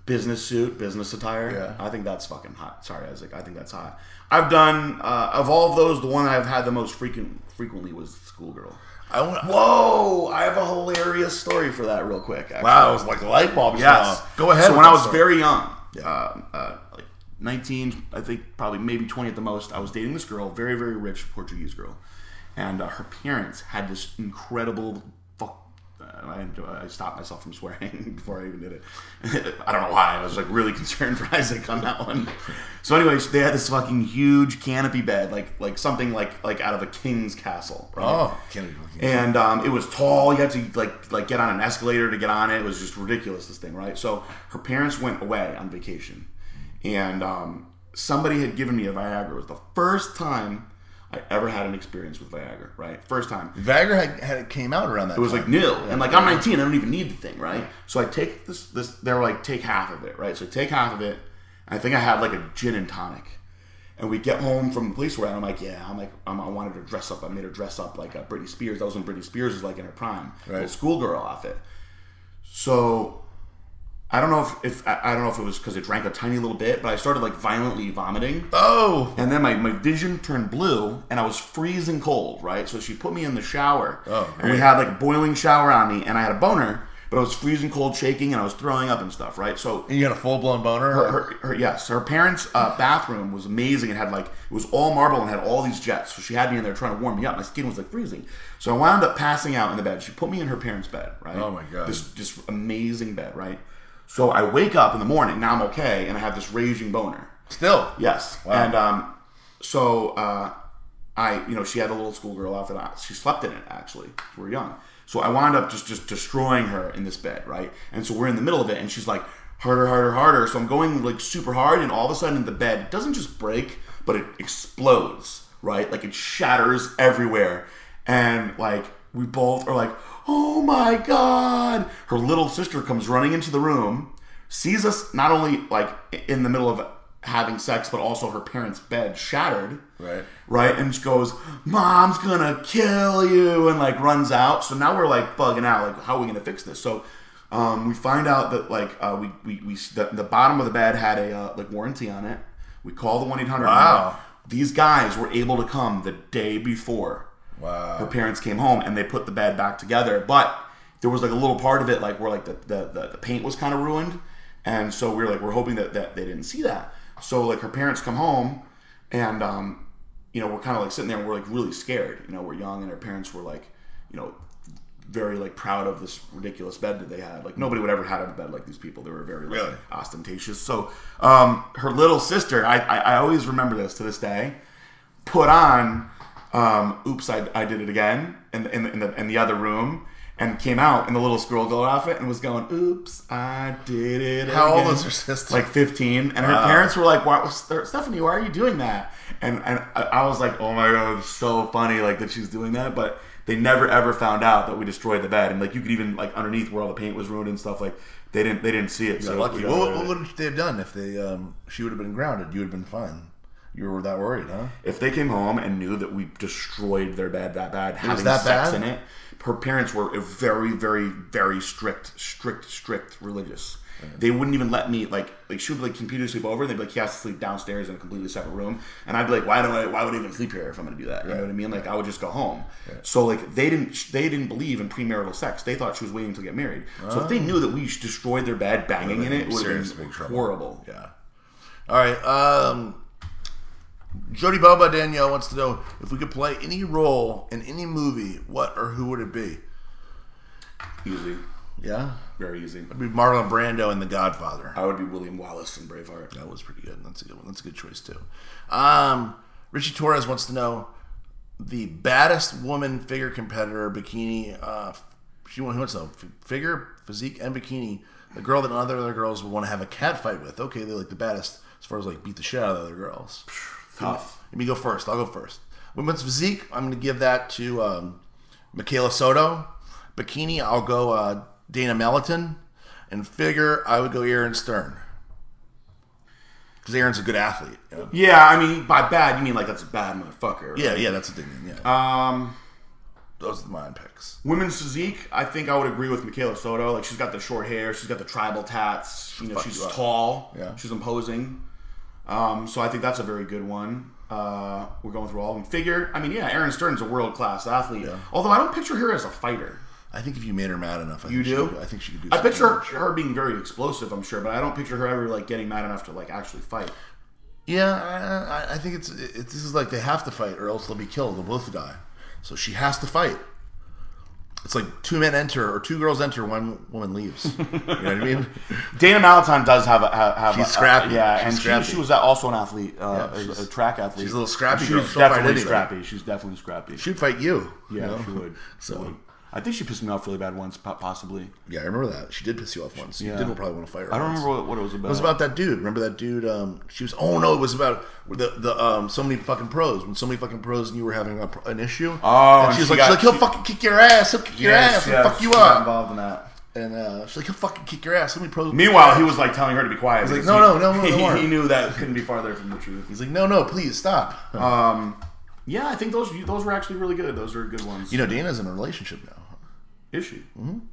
Speaker 4: business suit, business attire.
Speaker 2: Yeah.
Speaker 4: I think that's fucking hot. Sorry, Isaac. I think that's hot. I've done, uh, of all of those, the one I've had the most frequent, frequently was schoolgirl.
Speaker 2: I want.
Speaker 4: Whoa! Oh, I have a hilarious story for that, real quick. actually.
Speaker 2: Wow, it was like a light bulb just went
Speaker 4: Yes.
Speaker 2: off. Go ahead
Speaker 4: So
Speaker 2: with
Speaker 4: when I
Speaker 2: that
Speaker 4: was
Speaker 2: story.
Speaker 4: very young, uh, uh, like 19, I think probably maybe 20 at the most, I was dating this girl, very, very rich Portuguese girl. And uh, her parents had this incredible fuck. uh, I, I stopped myself from swearing before I even did it. I don't know why. I was like really concerned for Isaac on that one. So, anyways, they had this fucking huge canopy bed, like like something like like out of a king's castle. right?
Speaker 2: Oh, Kennedy.
Speaker 4: and um, it was tall. You had to like like get on an escalator to get on it. It was just ridiculous. This thing, right? So her parents went away on vacation, and um, somebody had given me a Viagra. It was the first time I ever had an experience with Viagra. Right, first time.
Speaker 2: Viagra had, had it came out around that.
Speaker 4: It was like nil, and like I'm 19, I don't even need the thing, right? So I take this, this. They were like, take half of it, right? So I take half of it. And I think I had like a gin and tonic, and we get home from the police where I'm like, yeah, I'm like, I'm, I wanted to dress up. I made her dress up like uh, Britney Spears. That was when Britney Spears was like in her prime,
Speaker 2: Right.
Speaker 4: little schoolgirl outfit. So I don't know if, if I, I don't know if it was because I drank a tiny little bit, but I started like violently vomiting.
Speaker 2: oh,
Speaker 4: And then my, my vision turned blue and I was freezing cold, right? So she put me in the shower.
Speaker 2: Oh,
Speaker 4: and we
Speaker 2: great.
Speaker 4: had like a boiling shower on me and I had a boner, but I was freezing cold, shaking, and I was throwing up and stuff, right? So
Speaker 2: and you got a full blown boner.
Speaker 4: her, her, her yes, her parents' uh, bathroom was amazing. It had like it was all marble and had all these jets. So she had me in there trying to warm me up. My skin was like freezing. So I wound up passing out in the bed. She put me in her parents' bed, right?
Speaker 2: Oh, my God.
Speaker 4: This this amazing bed, right? So I wake up in the morning. Now I'm okay, and I have this raging boner.
Speaker 2: Still,
Speaker 4: Yes.
Speaker 2: Wow.
Speaker 4: And um, so uh, I, you know, she had a little schoolgirl outfit. on. She slept in it actually. We were young. So I wound up just just destroying her in this bed, right? And so we're in the middle of it, and she's like harder, harder, harder. So I'm going like super hard, and all of a sudden the bed doesn't just break, but it explodes, right? Like it shatters everywhere, and like we both are like. oh my god. Her little sister comes running into the room, sees us not only like in the middle of having sex, but also her parents' bed shattered.
Speaker 2: Right.
Speaker 4: Right. And she goes, Mom's gonna kill you, and like runs out. So now we're like bugging out, like, how are we gonna fix this? So um, we find out that like uh, we, we, we the, the bottom of the bed had a uh, like warranty on it. We call the one eight hundred.
Speaker 2: Wow.
Speaker 4: These guys were able to come the day before. Her
Speaker 2: Wow.
Speaker 4: parents came home and they put the bed back together, but there was like a little part of it like where like the the, the, the paint was kind of ruined, and so we were like we're hoping that, that they didn't see that. So like her parents come home, and um, you know we're kind of like sitting there and we're like really scared. You know we're young and our parents were like, you know, very like proud of this ridiculous bed that they had. Like nobody would ever had a bed like these people. They were very like,
Speaker 2: Really?
Speaker 4: ostentatious. So um, her little sister, I, I I always remember this to this day, put on um, "Oops, I, I Did It Again" in the, in, the, in, the, in the other room and came out in the little squirrel girl outfit and was going "Oops, I Did It."
Speaker 2: How old
Speaker 4: Again."
Speaker 2: was her sister?
Speaker 4: Like fifteen, and her parents were like, "Why, Stephanie? Why are you doing that?" And and I, I was like, "Oh my god, it's so funny! Like that she's doing that." But they never ever found out that we destroyed the bed, and like you could even like underneath where all the paint was ruined and stuff. Like they didn't they didn't see it. so
Speaker 2: lucky. What,
Speaker 4: we got
Speaker 2: what,
Speaker 4: rid of it.
Speaker 2: would they have done if they? Um, she would have been grounded. You would have been fine. You were that worried, huh?
Speaker 4: If they came home and knew that we destroyed their bed that bad, having
Speaker 2: that
Speaker 4: sex
Speaker 2: bad?
Speaker 4: in it, her parents were very, very, very strict, strict, strict religious. They wouldn't even let me like like she would like computer sleep over, and they'd be like, "He has to sleep downstairs in a completely separate room," and I'd be like, "Why do I? Why would I even sleep here if I'm going to do that?" You know what I mean? Like I would just go home. So like they didn't they didn't believe in premarital sex. They thought she was waiting to get married. So if
Speaker 2: Oh.
Speaker 4: they knew that we destroyed their bed banging in it, it would
Speaker 2: serious
Speaker 4: have
Speaker 2: big
Speaker 4: been
Speaker 2: trouble.
Speaker 4: horrible.
Speaker 2: Yeah. All right. Um, Jody Boba Danielle wants to know if we could play any role in any movie, what or who would it be?
Speaker 4: Easy,
Speaker 2: Yeah,
Speaker 4: very easy.
Speaker 2: it'd be Marlon Brando in The Godfather.
Speaker 4: I would be William Wallace in Braveheart.
Speaker 2: That was pretty good. That's a good one. That's a good choice too. Um, Richie Torres wants to know the baddest woman figure competitor bikini. Uh, she wa- he wants to know f- figure, physique, and bikini. The girl that none of the other girls would want to have a cat fight with. Okay, they're like the baddest as far as like beat the shit out of the other girls.
Speaker 4: Tough.
Speaker 2: Let me go first. I'll go first. Women's physique. I'm going to give that to um, Michaela Soto. Bikini. I'll go uh, Dana Melton. And figure, I would go Aaron Stern. Because Aaron's a good athlete. you know?
Speaker 4: Yeah, I mean by bad you mean like that's a bad motherfucker.
Speaker 2: Yeah, yeah, that's what they mean. Yeah,
Speaker 4: Um,
Speaker 2: those are mine picks.
Speaker 4: women's physique, I think I would agree with Michaela Soto. Like she's got the short hair, she's got the tribal tats. You know,
Speaker 2: Fuck
Speaker 4: she's
Speaker 2: you up.
Speaker 4: tall.
Speaker 2: Yeah.
Speaker 4: she's imposing. Um, so I think that's a very good one. Uh, we're going through all of them. Figure, I mean, yeah, Aaron Stern's a world class athlete. Although I don't picture her as a fighter.
Speaker 2: I think if you made her mad enough, I
Speaker 4: You
Speaker 2: think she
Speaker 4: do?
Speaker 2: could- I think she could do.
Speaker 4: I
Speaker 2: something.
Speaker 4: picture her, her being very explosive, I'm sure, but I don't picture her ever like getting mad enough to like actually fight.
Speaker 2: Yeah, I- I, I think it's it, this is like they have to fight or else they'll be killed. They'll both die. So she has to fight. It's like two men enter or two girls enter, one woman leaves. you know what I mean?
Speaker 4: Dana Malaton does have a have, have
Speaker 2: She's
Speaker 4: a,
Speaker 2: scrappy.
Speaker 4: yeah,
Speaker 2: She's
Speaker 4: and
Speaker 2: scrappy.
Speaker 4: She, she was also an athlete, uh,
Speaker 2: Yeah, she's-
Speaker 4: a, a track athlete.
Speaker 2: she's a little scrappy girl.
Speaker 4: She's
Speaker 2: She'll fight
Speaker 4: definitely
Speaker 2: anybody.
Speaker 4: scrappy. She's definitely scrappy.
Speaker 2: She'd fight you. you
Speaker 4: yeah,
Speaker 2: know?
Speaker 4: she would.
Speaker 2: So-
Speaker 4: She would. I think she pissed me off really bad once, po- possibly.
Speaker 2: Yeah, I remember that. She did piss you off once. You
Speaker 4: Yeah.
Speaker 2: did probably want to fight her.
Speaker 4: I don't
Speaker 2: once.
Speaker 4: remember what, what it was about.
Speaker 2: It was about that dude. Remember that dude? Um, she was. Oh no, it was about the the um so many fucking pros when so many fucking pros and you were having a, pro- an issue.
Speaker 4: Oh,
Speaker 2: and
Speaker 4: and
Speaker 2: she was
Speaker 4: she
Speaker 2: like,
Speaker 4: got-
Speaker 2: she's like, he'll
Speaker 4: she-
Speaker 2: fucking kick your ass. He'll kick your ass. and fuck you
Speaker 4: she got
Speaker 2: up.
Speaker 4: Involved in that.
Speaker 2: And uh, she's like, he'll fucking kick your ass. So many pros.
Speaker 4: Meanwhile, he was like telling her to be quiet.
Speaker 2: like,
Speaker 4: because
Speaker 2: "No,
Speaker 4: he-
Speaker 2: no, no, no,
Speaker 4: he-
Speaker 2: don't worry."
Speaker 4: He knew that couldn't be farther from the truth.
Speaker 2: He's like, no, no, please stop. Uh,
Speaker 4: Um, yeah, I think those those were actually really good. Those are good ones.
Speaker 2: you know, Dana's in a relationship now.
Speaker 4: is she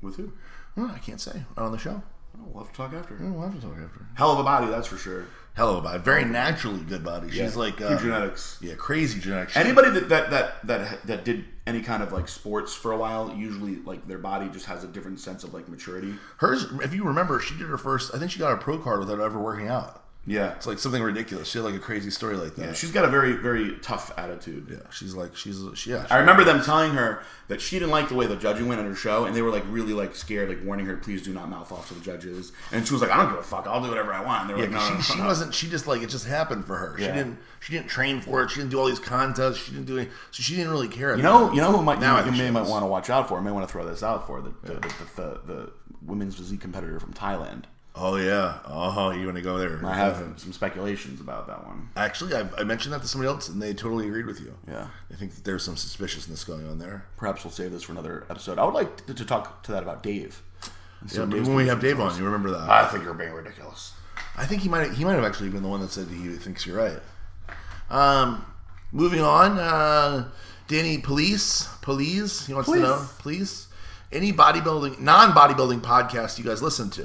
Speaker 4: with who?
Speaker 2: Hmm, I can't say. Not on the show.
Speaker 4: Oh, we'll have to talk after.
Speaker 2: We'll have to talk after.
Speaker 4: Hell of a body, that's for sure.
Speaker 2: Hell of a body. Very naturally good body. She's
Speaker 4: Yeah.
Speaker 2: like,
Speaker 4: Good
Speaker 2: uh,
Speaker 4: genetics.
Speaker 2: yeah, crazy genetics.
Speaker 4: Anybody that that that that that did any kind of like sports for a while, usually like their body just has a different sense of like maturity.
Speaker 2: Hers, if you remember, she did her first. I think she got a pro card without ever working out.
Speaker 4: Yeah,
Speaker 2: It's like something ridiculous. She had like a crazy story like that.
Speaker 4: she's got a very very tough attitude.
Speaker 2: Yeah, she's like she's she yeah.
Speaker 4: I remember them telling her that she didn't like the way the judging went on her show, and they were like really like scared, like warning her, "Please do not mouth off to the judges." And she was like, "I don't give a fuck. I'll do whatever I want." And they were
Speaker 2: she,
Speaker 4: like, "No, no, no,
Speaker 2: she
Speaker 4: no."
Speaker 2: wasn't. She just like it just happened for her. She
Speaker 4: Yeah.
Speaker 2: didn't. She didn't train for it. She didn't do all these contests. She didn't do any. So she didn't really care.
Speaker 4: You know, you know who might
Speaker 2: Now I
Speaker 4: you,
Speaker 2: think
Speaker 4: may
Speaker 2: she
Speaker 4: might
Speaker 2: is.
Speaker 4: want to watch out for. I may want to throw this out for the the, the, the, the women's physique competitor from Thailand.
Speaker 2: Oh yeah. Oh, you want to go there?
Speaker 4: I have some speculations about that one.
Speaker 2: Actually, I've, I mentioned that to somebody else, and they totally agreed with you.
Speaker 4: Yeah.
Speaker 2: I think that there's some suspiciousness going on there.
Speaker 4: Perhaps we'll save this for another episode. I would like to, to talk to that about Dave. And see
Speaker 2: yeah,
Speaker 4: what
Speaker 2: maybe
Speaker 4: Dave's
Speaker 2: when we
Speaker 4: been-
Speaker 2: have Dave on, you remember that.
Speaker 4: I think you're being ridiculous.
Speaker 2: I think he might he might have actually been the one that said he thinks you're right. Um, moving on, uh, Danny Police, Police, he wants
Speaker 4: Police.
Speaker 2: to know, please, any bodybuilding, non bodybuilding podcast you guys listen to?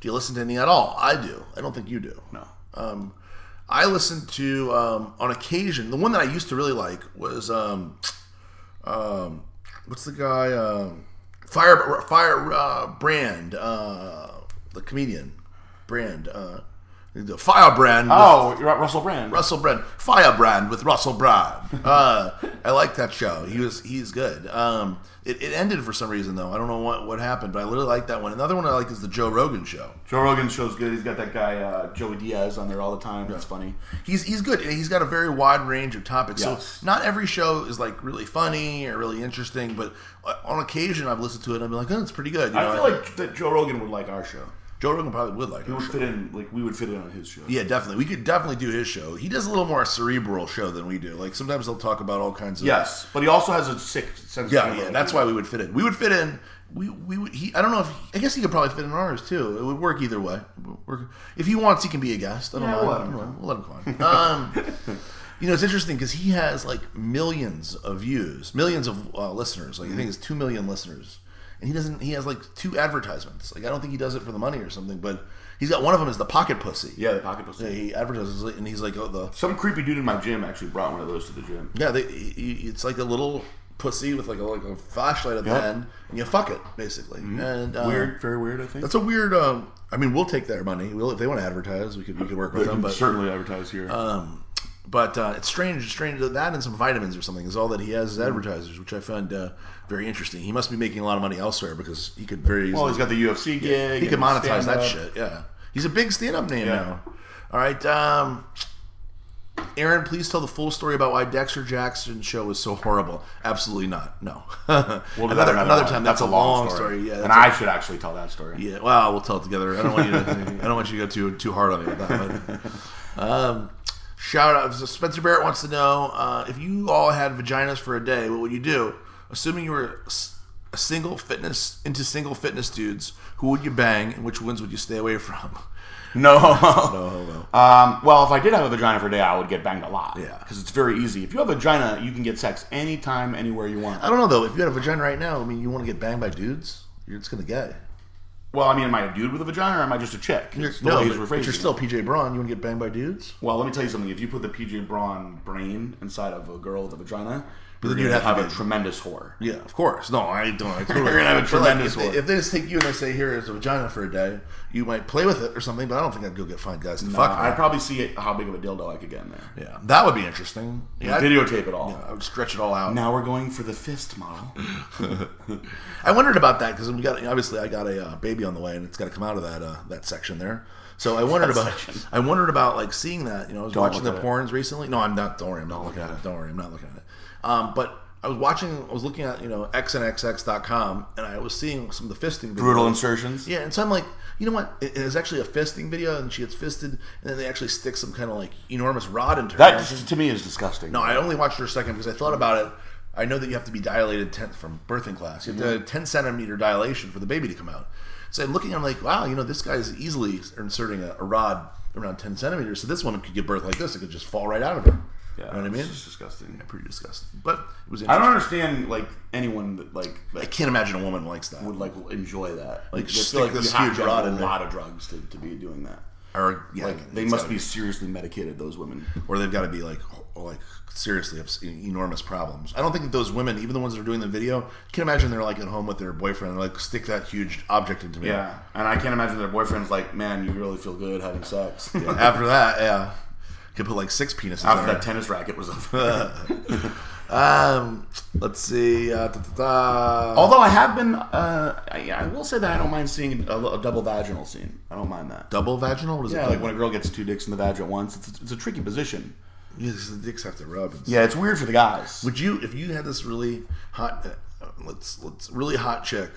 Speaker 2: Do you listen to any at all? I do. I don't think you do.
Speaker 4: No.
Speaker 2: Um, I listen to um, on occasion. The one that I used to really like was um, um, what's the guy? Um, Fire Fire uh, Brand, uh, the comedian Brand, uh, the Fire Brand. with-
Speaker 4: Oh, you're at Russell Brand.
Speaker 2: Russell Brand, Firebrand with Russell Brand. Uh, I like that show. He was he's good. Um, it, it ended for some reason though. I don't know what, what happened, but I really like that one. Another one I like is the Joe Rogan show.
Speaker 4: Joe Rogan's show's good. He's got that guy uh, Joey Diaz on there all the time. That's funny.
Speaker 2: He's he's good. and He's got a very wide range of topics.
Speaker 4: Yes.
Speaker 2: So not every show is like really funny or really interesting, but on occasion I've listened to it and I've been like, oh, it's pretty good. You know,
Speaker 4: I feel like that Joe Rogan would like our show.
Speaker 2: Joe Rogan probably would like
Speaker 4: He
Speaker 2: it.
Speaker 4: would fit in like we would fit in on his show.
Speaker 2: Yeah, definitely. We could definitely do his show. He does a little more cerebral show than we do. Like sometimes they'll talk about all kinds of
Speaker 4: Yes, but he also has a sick sense. of
Speaker 2: Yeah,
Speaker 4: humor.
Speaker 2: yeah. That's why we would fit in. We would fit in. We we would. He, I don't know if I guess he could probably fit in ours too. It would work either way. It would work. If he wants, he can be a guest. I don't
Speaker 4: Yeah,
Speaker 2: know.
Speaker 4: we'll
Speaker 2: I
Speaker 4: let him
Speaker 2: don't know. We'll let him come on. Um, you know, it's interesting because he has like millions of views, millions of uh, listeners. Like I think it's two million listeners, and he doesn't. He has like two advertisements. Like I don't think he does it for the money or something, but he's got one of them is the pocket pussy.
Speaker 4: yeah, the pocket pussy.
Speaker 2: Yeah, he advertises it, and he's like, oh the
Speaker 4: Some creepy dude in my gym actually brought one of those to the gym.
Speaker 2: yeah, they, y- y- it's like a little pussy with like a, like a flashlight at
Speaker 4: Yep. Mm-hmm.
Speaker 2: the end, and you fuck it basically. And uh,
Speaker 4: Weird, very weird. I think
Speaker 2: That's a weird. Um, I mean, we'll take their money. We'll if they want to advertise, we could we could work with them.
Speaker 4: Can
Speaker 2: But
Speaker 4: certainly advertise here.
Speaker 2: um, but uh, it's strange, strange that that and some vitamins or something is all that he has
Speaker 4: Mm-hmm.
Speaker 2: as advertisers, which I found uh, very interesting. He must be making a lot of money elsewhere because he could very easily
Speaker 4: well, Oh, he's got the UFC gig.
Speaker 2: he could
Speaker 4: and
Speaker 2: monetize that
Speaker 4: stand-up.
Speaker 2: shit. Yeah, he's a big stand-up name
Speaker 4: Yeah.
Speaker 2: now. All right, um, Aaron, please tell the full story about why Dexter Jackson's show was so horrible. Absolutely not. No.
Speaker 4: We'll do that
Speaker 2: another another
Speaker 4: time.
Speaker 2: time. That's, a long, story. Yeah.
Speaker 4: and
Speaker 2: that's a-
Speaker 4: I should actually tell that story.
Speaker 2: yeah. Well, we'll tell it together. I don't want you. To, I don't want you to go too too hard on me with that. But, um, shout out. So Spencer Barrett wants to know uh, if you all had vaginas for a day, what would you do? Assuming you were s- a single fitness into single fitness dudes, who would you bang, and which ones would you stay away from?
Speaker 4: No.
Speaker 2: homo.
Speaker 4: Um, well, if I did have a vagina for a day, I would get banged a lot.
Speaker 2: Yeah.
Speaker 4: Because it's very easy. If you have a vagina, you can get sex anytime, anywhere you want.
Speaker 2: I don't know though. If you had a vagina right now, I mean, you want to get banged by dudes? You're just gonna get.
Speaker 4: Well, I mean, am I a dude with a vagina or am I just a chick? It's the way
Speaker 2: no,
Speaker 4: he's
Speaker 2: but,
Speaker 4: rephrasing
Speaker 2: but you're
Speaker 4: it.
Speaker 2: still PJ Braun. You want to get banged by dudes?
Speaker 4: Well, let me tell you something. If you put the PJ Braun brain inside of a girl with a vagina,
Speaker 2: But
Speaker 4: you're
Speaker 2: then
Speaker 4: going
Speaker 2: you'd
Speaker 4: to
Speaker 2: have
Speaker 4: have
Speaker 2: to
Speaker 4: a
Speaker 2: be-
Speaker 4: tremendous whore.
Speaker 2: Yeah, of course. No, I don't. I totally
Speaker 4: You're gonna have a
Speaker 2: But, like,
Speaker 4: tremendous
Speaker 2: if,
Speaker 4: one.
Speaker 2: they, if they just take you and they say, "Here is a vagina for a day," you might play with it or something. But I don't think I'd go get find guys to fuck.
Speaker 4: I'd
Speaker 2: me.
Speaker 4: probably see it, how big of a dildo I could get in there.
Speaker 2: yeah, that would be interesting. Yeah, I'd-
Speaker 4: Videotape it all.
Speaker 2: yeah, I would stretch it all out.
Speaker 4: Now we're going for the fist model.
Speaker 2: I wondered about that because we got obviously I got a uh, baby on the way and it's got to come out of that uh, that section there. So I wondered about I wondered about like seeing that. You know, I was watching the
Speaker 4: look at it.
Speaker 2: porns recently. No, I'm not. Don't worry, I'm not looking at it. Don't worry, I'm not looking at it. Um, but I was watching. I was looking at you know xnxx.com and I was seeing some of the fisting.
Speaker 4: Brutal
Speaker 2: videos.
Speaker 4: insertions.
Speaker 2: Yeah, and so I'm like, you know what? It, it's actually a fisting video, and she gets fisted, and then they actually stick some kind of like enormous rod into her.
Speaker 4: That to me is disgusting.
Speaker 2: no, I only watched her second because I thought about it. I know that you have to be dilated ten, from birthing class. You have
Speaker 4: Mm-hmm.
Speaker 2: to have a 10 centimeter dilation for the baby to come out. So I'm looking, I'm like, wow, you know, this guy's easily inserting a, a rod around 10 centimeters. So this one could give birth like this. It could just fall right out of her.
Speaker 4: Yeah,
Speaker 2: you know what I mean?
Speaker 4: It's just disgusting.
Speaker 2: Pretty disgusting. But it was
Speaker 4: I
Speaker 2: interesting.
Speaker 4: don't understand like anyone that like
Speaker 2: I
Speaker 4: that
Speaker 2: can't imagine a woman likes that.
Speaker 4: would like enjoy that.
Speaker 2: Like,
Speaker 4: I
Speaker 2: stick this
Speaker 4: have
Speaker 2: huge
Speaker 4: to have
Speaker 2: rod
Speaker 4: a
Speaker 2: in there.
Speaker 4: lot of drugs to, to be doing that.
Speaker 2: Or, yeah,
Speaker 4: Like they
Speaker 2: it's
Speaker 4: must
Speaker 2: gotta
Speaker 4: be seriously medicated. Those women.
Speaker 2: or they've got to be like ho- like seriously have s- enormous problems. I don't think that those women, even the ones that are doing the video, can imagine they're like at home with their boyfriend and like stick that huge object into me.
Speaker 4: Yeah, and I can't imagine their boyfriend's like, man, you really feel good having sex.
Speaker 2: After that, yeah, could put like six penises.
Speaker 4: After
Speaker 2: in
Speaker 4: that
Speaker 2: her.
Speaker 4: tennis racket was over.
Speaker 2: um, let's see. Uh, da, da, da.
Speaker 4: Although I have been, uh, I, I will say that I don't mind seeing a, a double vaginal scene. I don't mind that.
Speaker 2: double vaginal. What is
Speaker 4: Yeah,
Speaker 2: it?
Speaker 4: like when a girl gets two dicks in the vag at once, it's, it's a tricky position.
Speaker 2: Yeah, 'cause the dicks have to rub. and
Speaker 4: Yeah, it's weird for the guys.
Speaker 2: Would you, if you had this really hot, uh, let's let's really hot chick,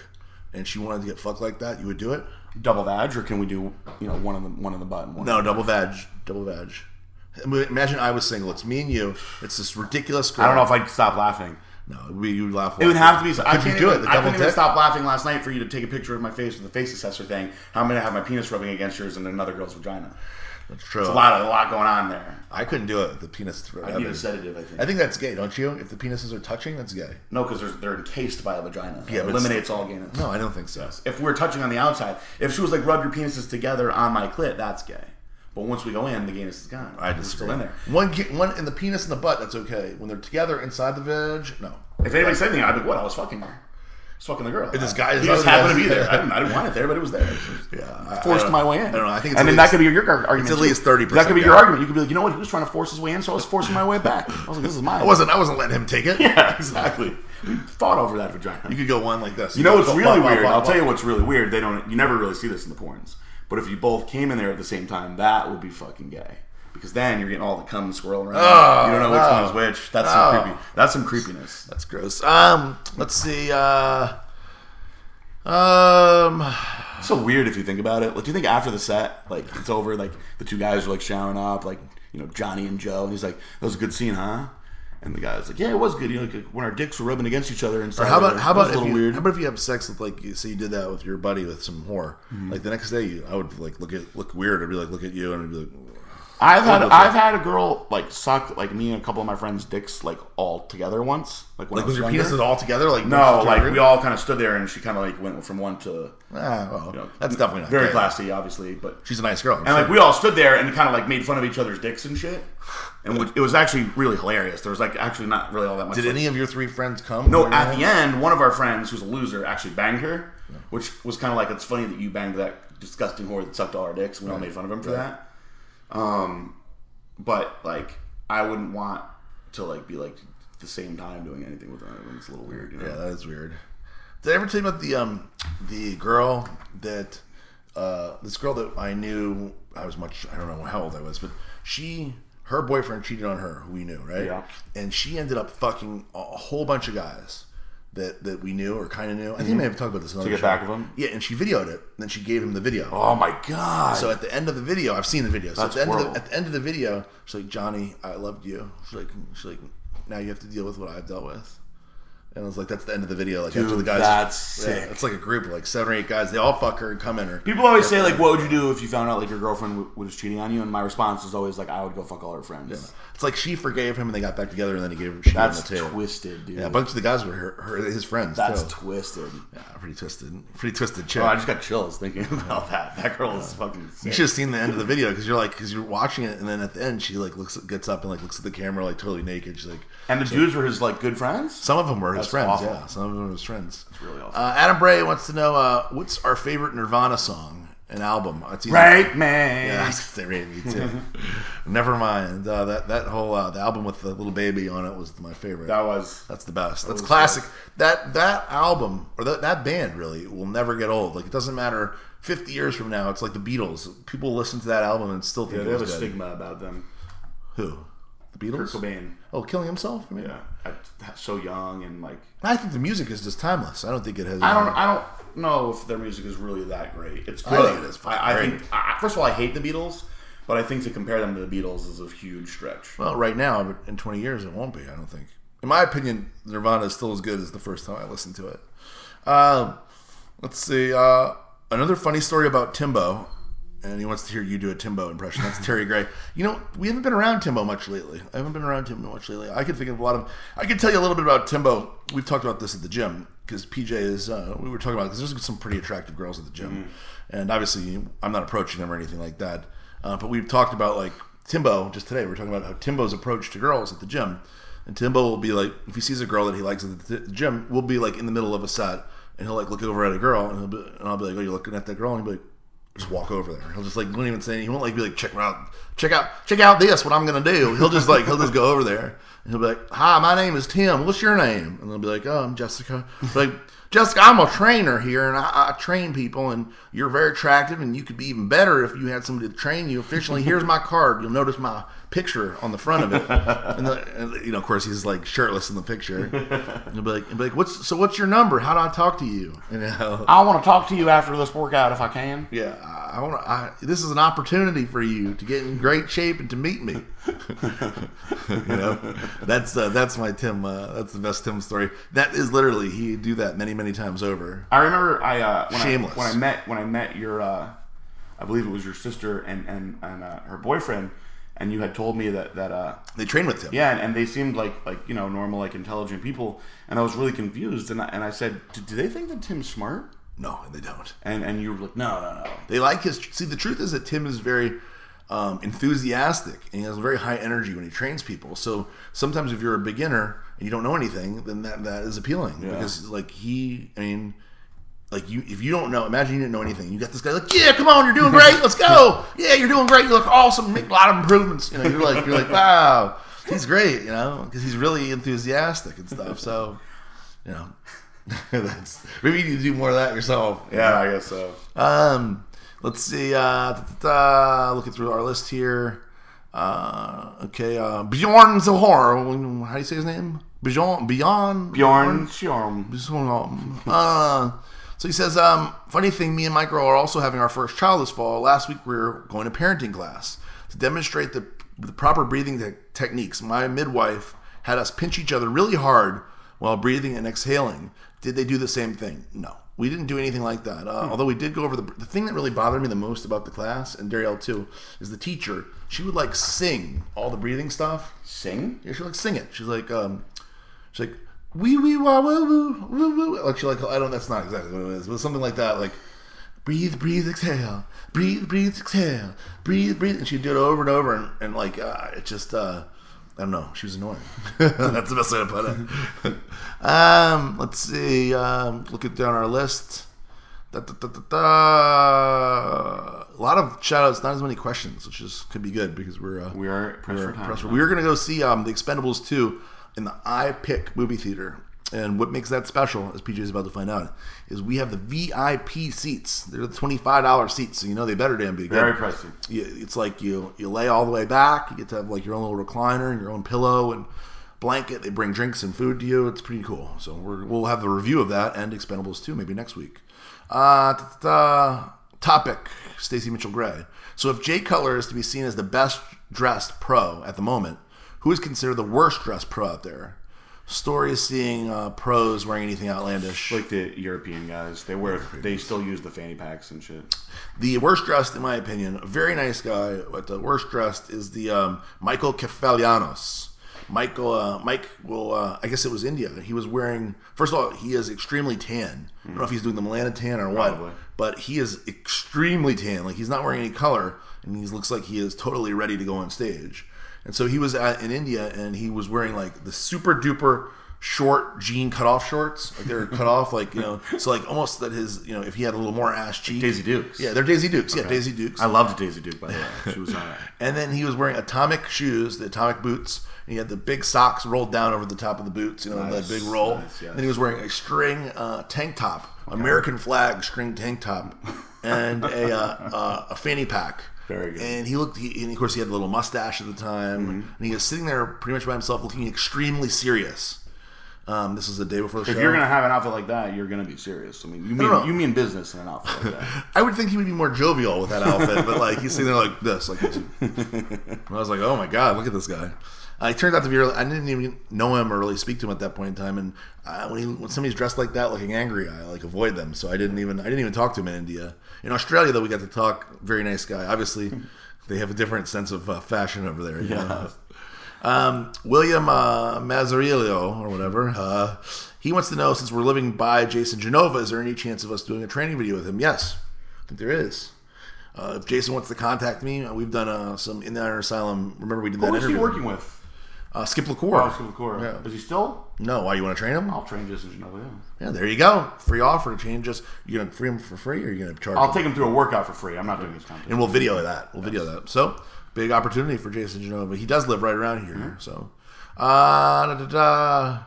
Speaker 2: and she wanted to get fucked like that, you would do it?
Speaker 4: double vag, or can we do you know one in the one in the butt? And one
Speaker 2: No, double veg, double veg. I mean, Imagine I was single. It's me and you. It's this ridiculous. Girl.
Speaker 4: I don't know if I'd stop laughing.
Speaker 2: No, we you laugh.
Speaker 4: It would have to be. I
Speaker 2: Could you
Speaker 4: can't
Speaker 2: do it?
Speaker 4: even-
Speaker 2: The
Speaker 4: I
Speaker 2: double
Speaker 4: couldn't even
Speaker 2: dick.
Speaker 4: stop laughing last night for you to take a picture of my face with the face assessor thing. How I'm gonna have my penis rubbing against yours and another girl's vagina.
Speaker 2: That's true.
Speaker 4: A lot, a lot going on there.
Speaker 2: I couldn't do it. The penis. through-
Speaker 4: I need a sedative. I think.
Speaker 2: I think that's gay, don't you? If the penises are touching, that's gay.
Speaker 4: No, because they're encased by a vagina.
Speaker 2: Yeah,
Speaker 4: Yeah,
Speaker 2: but it's-
Speaker 4: it eliminates all gayness.
Speaker 2: No, I don't think so.
Speaker 4: If we're touching on the outside, if she was like, rub your penises together on my clit, that's gay. But once we go in, the gayness is gone.
Speaker 2: I
Speaker 4: It's
Speaker 2: just
Speaker 4: still in there.
Speaker 2: One, ge- one in the penis and the butt. That's okay. When they're together inside the veg, no.
Speaker 4: If anybody said anything, I'd be like, what? I was fucking her. I was fucking the girl.
Speaker 2: this guy-
Speaker 4: he
Speaker 2: this
Speaker 4: just
Speaker 2: other
Speaker 4: happened
Speaker 2: guy's-
Speaker 4: to be there. I didn't, I didn't want it there, but it was there.
Speaker 2: Yeah, I- I
Speaker 4: forced
Speaker 2: don't-
Speaker 4: my way in.
Speaker 2: I don't know. I think it's
Speaker 4: and
Speaker 2: at
Speaker 4: then
Speaker 2: least-
Speaker 4: that could be your ar- argument.
Speaker 2: it's at
Speaker 4: too.
Speaker 2: least 30%,
Speaker 4: That could be your
Speaker 2: yeah.
Speaker 4: argument. You could be like, you know what? He was trying to force his way in, so I was forcing my way back. I was like, this is mine.
Speaker 2: I wasn't. I wasn't letting him take it.
Speaker 4: Yeah, exactly. We fought over that vagina.
Speaker 2: You could go one like this.
Speaker 4: You know what's
Speaker 2: Bop,
Speaker 4: really
Speaker 2: bop, bop,
Speaker 4: weird?
Speaker 2: bop,
Speaker 4: I'll tell
Speaker 2: bop.
Speaker 4: you what's really weird. They don't. You never really see this in the porns. But if you both came in there at the same time, that would be fucking gay. Because then you're getting all the cum swirling around.
Speaker 2: Oh,
Speaker 4: you don't know which
Speaker 2: no.
Speaker 4: one's which. That's
Speaker 2: No.
Speaker 4: some creepy. That's some creepiness.
Speaker 2: That's gross. Um, let's see. Uh, um,
Speaker 4: It's so weird if you think about it. Like, do you think after the set, like it's over, like the two guys are like showering up, like you know Johnny and Joe, and he's like, "That was a good scene, huh?" And the guy's like, "Yeah, it was good. You know, like, when our dicks were rubbing against each other and stuff."
Speaker 2: how about how
Speaker 4: That
Speaker 2: about
Speaker 4: was a
Speaker 2: if
Speaker 4: little
Speaker 2: you,
Speaker 4: weird?
Speaker 2: how about if you have sex with like you say you did that with your buddy with some whore?
Speaker 4: Mm-hmm.
Speaker 2: Like the next day, you, I would like look at look weird. I'd be like look at you and I'd be like,
Speaker 4: I've had
Speaker 2: Wonderful.
Speaker 4: I've had a girl like suck like me and a couple of my friends' dicks like all together once. Like when
Speaker 2: like
Speaker 4: I was
Speaker 2: was your
Speaker 4: younger.
Speaker 2: penises all together? Like
Speaker 4: No,
Speaker 2: just-
Speaker 4: like we all kind of stood there, and she kind of like went from one to
Speaker 2: Ah, well,
Speaker 4: you know,
Speaker 2: that's definitely not
Speaker 4: very
Speaker 2: gay.
Speaker 4: classy, obviously. But
Speaker 2: She's a nice girl. I'm
Speaker 4: and
Speaker 2: sure.
Speaker 4: like we all stood there and kind of like made fun of each other's dicks and shit, and which, it was actually really hilarious. There was like actually not really all that much.
Speaker 2: Did
Speaker 4: like-
Speaker 2: any of your three friends come?
Speaker 4: No, at the end, one of our friends who's a loser actually banged her, which was kind of like it's funny that you banged that disgusting whore that sucked all our dicks. We all made fun of him for that. Um, but like I wouldn't want to like be like the same time doing anything with them. It's a little weird. You know?
Speaker 2: Yeah, that is weird. Did I ever tell you about the um the girl that uh this girl that I knew I was much I don't know how old I was, but she her boyfriend cheated on her, who we knew, right?
Speaker 4: Yeah.
Speaker 2: And she ended up fucking a a whole bunch of guys that that we knew or kind of knew. I think I may have talked about this. To
Speaker 4: Mm-hmm. get back with him?
Speaker 2: Yeah, and she videoed it. And then she gave him the video.
Speaker 4: Oh my god!
Speaker 2: So at the end of the video, I've seen the video. So at
Speaker 4: That's
Speaker 2: the, end of the,
Speaker 4: horrible.
Speaker 2: at the end of the video, she's like, "Johnny, I loved you." She's like, "She's like, now you have to deal with what I've dealt with." And I was like, "That's the end of the video." Like after
Speaker 4: Dude,
Speaker 2: the guys,
Speaker 4: that's
Speaker 2: Yeah,
Speaker 4: sick.
Speaker 2: it's like a group, like seven or eight guys. They all fuck her and come in her.
Speaker 4: People always say like, "What would you do if you found out like your girlfriend w- was cheating on you?" And my response is always like, "I would go fuck all her friends."
Speaker 2: It's like she forgave him and they got back together, and then he gave her. She
Speaker 4: That's
Speaker 2: gave him a too.
Speaker 4: twisted, dude.
Speaker 2: Yeah, a bunch of the guys were her, her his friends.
Speaker 4: That's
Speaker 2: too.
Speaker 4: twisted.
Speaker 2: yeah, pretty twisted, pretty twisted chick.
Speaker 4: Oh, I just got chills thinking about that. That girl is fucking.
Speaker 2: you
Speaker 4: Sick.
Speaker 2: should have seen the end of the video because you're like, because you're watching it, and then at the end she like looks, gets up and like looks at the camera like totally naked. She's like,
Speaker 4: And the dudes were his like good friends.
Speaker 2: Some of them were his
Speaker 4: That's
Speaker 2: friends.
Speaker 4: awful.
Speaker 2: Yeah, some of them were his friends. It's
Speaker 4: really awful.
Speaker 2: Uh, Adam Bray wants to know uh, what's our favorite Nirvana song, an album. It's either-
Speaker 4: Right, man.
Speaker 2: Yeah, I was gonna say Rape Me too. Never mind. Uh, that that whole uh, the album with the little baby on it was my favorite.
Speaker 4: That was.
Speaker 2: That's the best. That's classic. That that album or that that band really will never get old. Like it doesn't matter. Fifty years from now, it's like the Beatles. People listen to that album and still think
Speaker 4: Yeah,
Speaker 2: it
Speaker 4: they have a
Speaker 2: was good.
Speaker 4: stigma about them.
Speaker 2: Who? The Beatles.
Speaker 4: Kurt Cobain.
Speaker 2: Oh, killing himself. I mean,
Speaker 4: Yeah, I- so young and like.
Speaker 2: I think the music is just timeless. I don't think it has.
Speaker 4: I don't. I don't know if their music is really that great. It's
Speaker 2: I
Speaker 4: good.
Speaker 2: think it is fucking
Speaker 4: I, I
Speaker 2: great.
Speaker 4: think. I, I- first of all, I hate the Beatles, but I think to compare them to the Beatles is a huge stretch.
Speaker 2: Well, right now, but in 20 years, it won't be. I don't think. In my opinion, Nirvana is still as good as the first time I listened to it. Um, let's see. Uh, another funny story about Timbo, and he wants to hear you do a Timbo impression. That's Terry Gray. You know, we haven't been around Timbo much lately. I haven't been around Timbo much lately. I could think of a lot of. I could tell you a little bit about Timbo. We've talked about this at the gym because PJ is. Uh, we were talking about because there's some pretty attractive girls at the gym, and obviously I'm not approaching them or anything like that. Uh, but we've talked about like Timbo just today. We are talking about how Timbo's approach to girls at the gym. And Timbo will be like, if he sees a girl that he likes at the t- gym, we'll be like in the middle of a set, and he'll like look over at a girl, and, he'll be, and I'll be like, "Oh, you're looking at that girl," and he'll be like, "Just walk over there." He'll just like won't even say anything. He won't like be like, "Check her out, check out, check out this what I'm gonna do." He'll just like he'll just go over there, and he'll be like, "Hi, my name is Tim. What's your name?" And they'll be like, "Oh, I'm Jessica." like. Jessica, I'm a trainer here, and I, I train people, and you're very attractive, and you could be even better if you had somebody to train you efficiently. Here's my card. You'll notice my picture on the front of it, and, the, and you know, of course, he's like shirtless in the picture. And he'll be like, he'll be like, "What's so? What's your number? How do I talk to you?" You know,
Speaker 3: I want to talk to you after this workout if I can.
Speaker 2: yeah, I, I want to. This is an opportunity for you to get in great shape and to meet me. you know, that's uh, that's my Tim. Uh, that's the best Tim story. That is literally he do that many many times over.
Speaker 3: I remember I uh, when
Speaker 2: Shameless.
Speaker 3: I when I met when I met your uh, I believe it was your sister and and, and uh, her boyfriend, and you had told me that that uh,
Speaker 2: They train with him.
Speaker 3: yeah, and, and they seemed like like you know normal like intelligent people, and I was really confused, and I, and I said, do, do they think that Tim's smart?
Speaker 2: No, they don't.
Speaker 3: And and you were like, no, no, no.
Speaker 2: They like his. See, the truth is that Tim is very um, enthusiastic and he has very high energy when he trains people. So sometimes if you're a beginner and you don't know anything, then that that is appealing because like he, I mean. Like you, if you don't know, imagine you didn't know anything. You got this guy like, yeah, come on, you're doing great. Let's go. Yeah, you're doing great. You look awesome. Make a lot of improvements. You know, you're like, you're like, wow, he's great. You know, because he's really enthusiastic and stuff. So, you know, that's maybe you need to do more of that yourself.
Speaker 3: Yeah, I guess so.
Speaker 2: Um, let's see. Uh, da, da, da, looking through our list here. Uh, okay, uh, Bjorn Zahor. How do you say his name? Bjorn. Bjorn.
Speaker 3: Bjorn Sjarm.
Speaker 2: Bjorn. Uh, so he says, um, funny thing, me and my girl are also having our first child this fall. Last week we were going to parenting class to demonstrate the, the proper breathing te- techniques. My midwife had us pinch each other really hard while breathing and exhaling. Did they do the same thing? No. We didn't do anything like that. Uh, Although we did go over the, the thing that really bothered me the most about the class, and Darielle too, is the teacher. She would like sing all the breathing stuff.
Speaker 3: Sing?
Speaker 2: Yeah, she like sing it. She's like, um, she's like, wee wee wah woo woo woo woo. Like she like, I don't. That's not exactly what it is, but something like that. Like, breathe, breathe, exhale, breathe, breathe, exhale, breathe, breathe. And she'd do it over and over, and, and like, uh, it just, uh, I don't know. She was annoying. that's the best way to put it. um, let's see. Um, looking down our list. Da, da, da, da, da. A lot of shout outs, not as many questions, which is could be good because we're uh,
Speaker 3: We are pressed for time.
Speaker 2: Press- We were gonna go see um, The Expendables 2 in the I Pick movie theater. And what makes that special, as PJ is about to find out, is we have the VIP seats. They're the twenty-five dollar seats, so you know they better damn be good.
Speaker 3: Very pricey.
Speaker 2: You, it's like you you lay all the way back. You get to have like your own little recliner and your own pillow and blanket. They bring drinks and food to you. It's pretty cool. So we're, we'll have the review of that and Expendables 2 maybe next week. Uh, ta- ta- topic: Stacey Mitchell Gray. So if Jay Cutler is to be seen as the best dressed pro at the moment, who is considered the worst dressed pro out there? Story is seeing uh, pros wearing anything outlandish.
Speaker 3: Like the European guys, they wear they still use the fanny packs and shit.
Speaker 2: The worst dressed, in my opinion, a very nice guy, but the worst dressed is the um, Michael Kefalianos. Michael, uh, Mike, well, uh, I guess it was India. He was wearing. First of all, he is extremely tan. I don't know if he's doing the Milana tan or what,
Speaker 3: Probably.
Speaker 2: but he is extremely tan. Like he's not wearing any color, and he looks like he is totally ready to go on stage. And so he was at, in India, and he was wearing like the super duper short jean cutoff shorts. Like they're cut off, like you know, so like almost that his, you know, if he had a little more ass cheek,
Speaker 3: Daisy Dukes.
Speaker 2: yeah, they're Daisy Dukes. Yeah, Daisy Dukes.
Speaker 3: I loved Daisy Duke by the way. She was uh, on it.
Speaker 2: and then he was wearing atomic shoes, the atomic boots. And he had the big socks rolled down over the top of the boots, you know,
Speaker 3: Nice,
Speaker 2: that big roll.
Speaker 3: nice, yes.
Speaker 2: And he was wearing a string uh, tank top, American flag string tank top, and a, uh, uh, a fanny pack.
Speaker 3: Very good. Mm-hmm.
Speaker 2: And he looked, he, and of course, he had a little mustache at the time. And he was sitting there pretty much by himself looking extremely serious. Um, this was the day before the
Speaker 3: If
Speaker 2: show.
Speaker 3: you're gonna have an outfit like that, you're gonna be serious. I mean, you
Speaker 2: no.
Speaker 3: mean you mean business in an outfit like that.
Speaker 2: I would think he would be more jovial with that outfit, but like he's sitting there like this, like this. And I was like, oh my god, look at this guy. Uh, he turned out to be. Really, I didn't even know him or really speak to him at that point in time. And uh, when, he, when somebody's dressed like that, looking angry, I like avoid them. So I didn't even I didn't even talk to him in India. In Australia, though, we got to talk. Very nice guy. Obviously, they have a different sense of uh, fashion over there. Yeah. Um, William uh, Mazzarillo, or whatever, uh, he wants to know since we're living by Jason Genova, is there any chance of us doing a training video with him? Yes, I think there is. Uh, if Jason wants to contact me, uh, we've done uh, some in the Iron Asylum. Remember we did that
Speaker 3: Who Oh, is he
Speaker 2: interview?
Speaker 3: working with?
Speaker 2: Uh, Skip
Speaker 3: Oh,
Speaker 2: Lacour.
Speaker 3: Steve Cora.
Speaker 2: Yeah.
Speaker 3: Is he still?
Speaker 2: No, why you want to train him?
Speaker 3: I'll train Jason
Speaker 4: oh,
Speaker 3: Genova.
Speaker 2: Yeah, there you go. Free offer to train. Just you gonna free him for free, or you gonna charge?
Speaker 3: I'll
Speaker 2: him?
Speaker 3: take him through a workout for free. I'm not doing this content.
Speaker 2: and we'll video that. We'll video that. So big opportunity for Jason Genova. He does live right around here.
Speaker 4: Mm-hmm.
Speaker 2: So uh, da, da, da.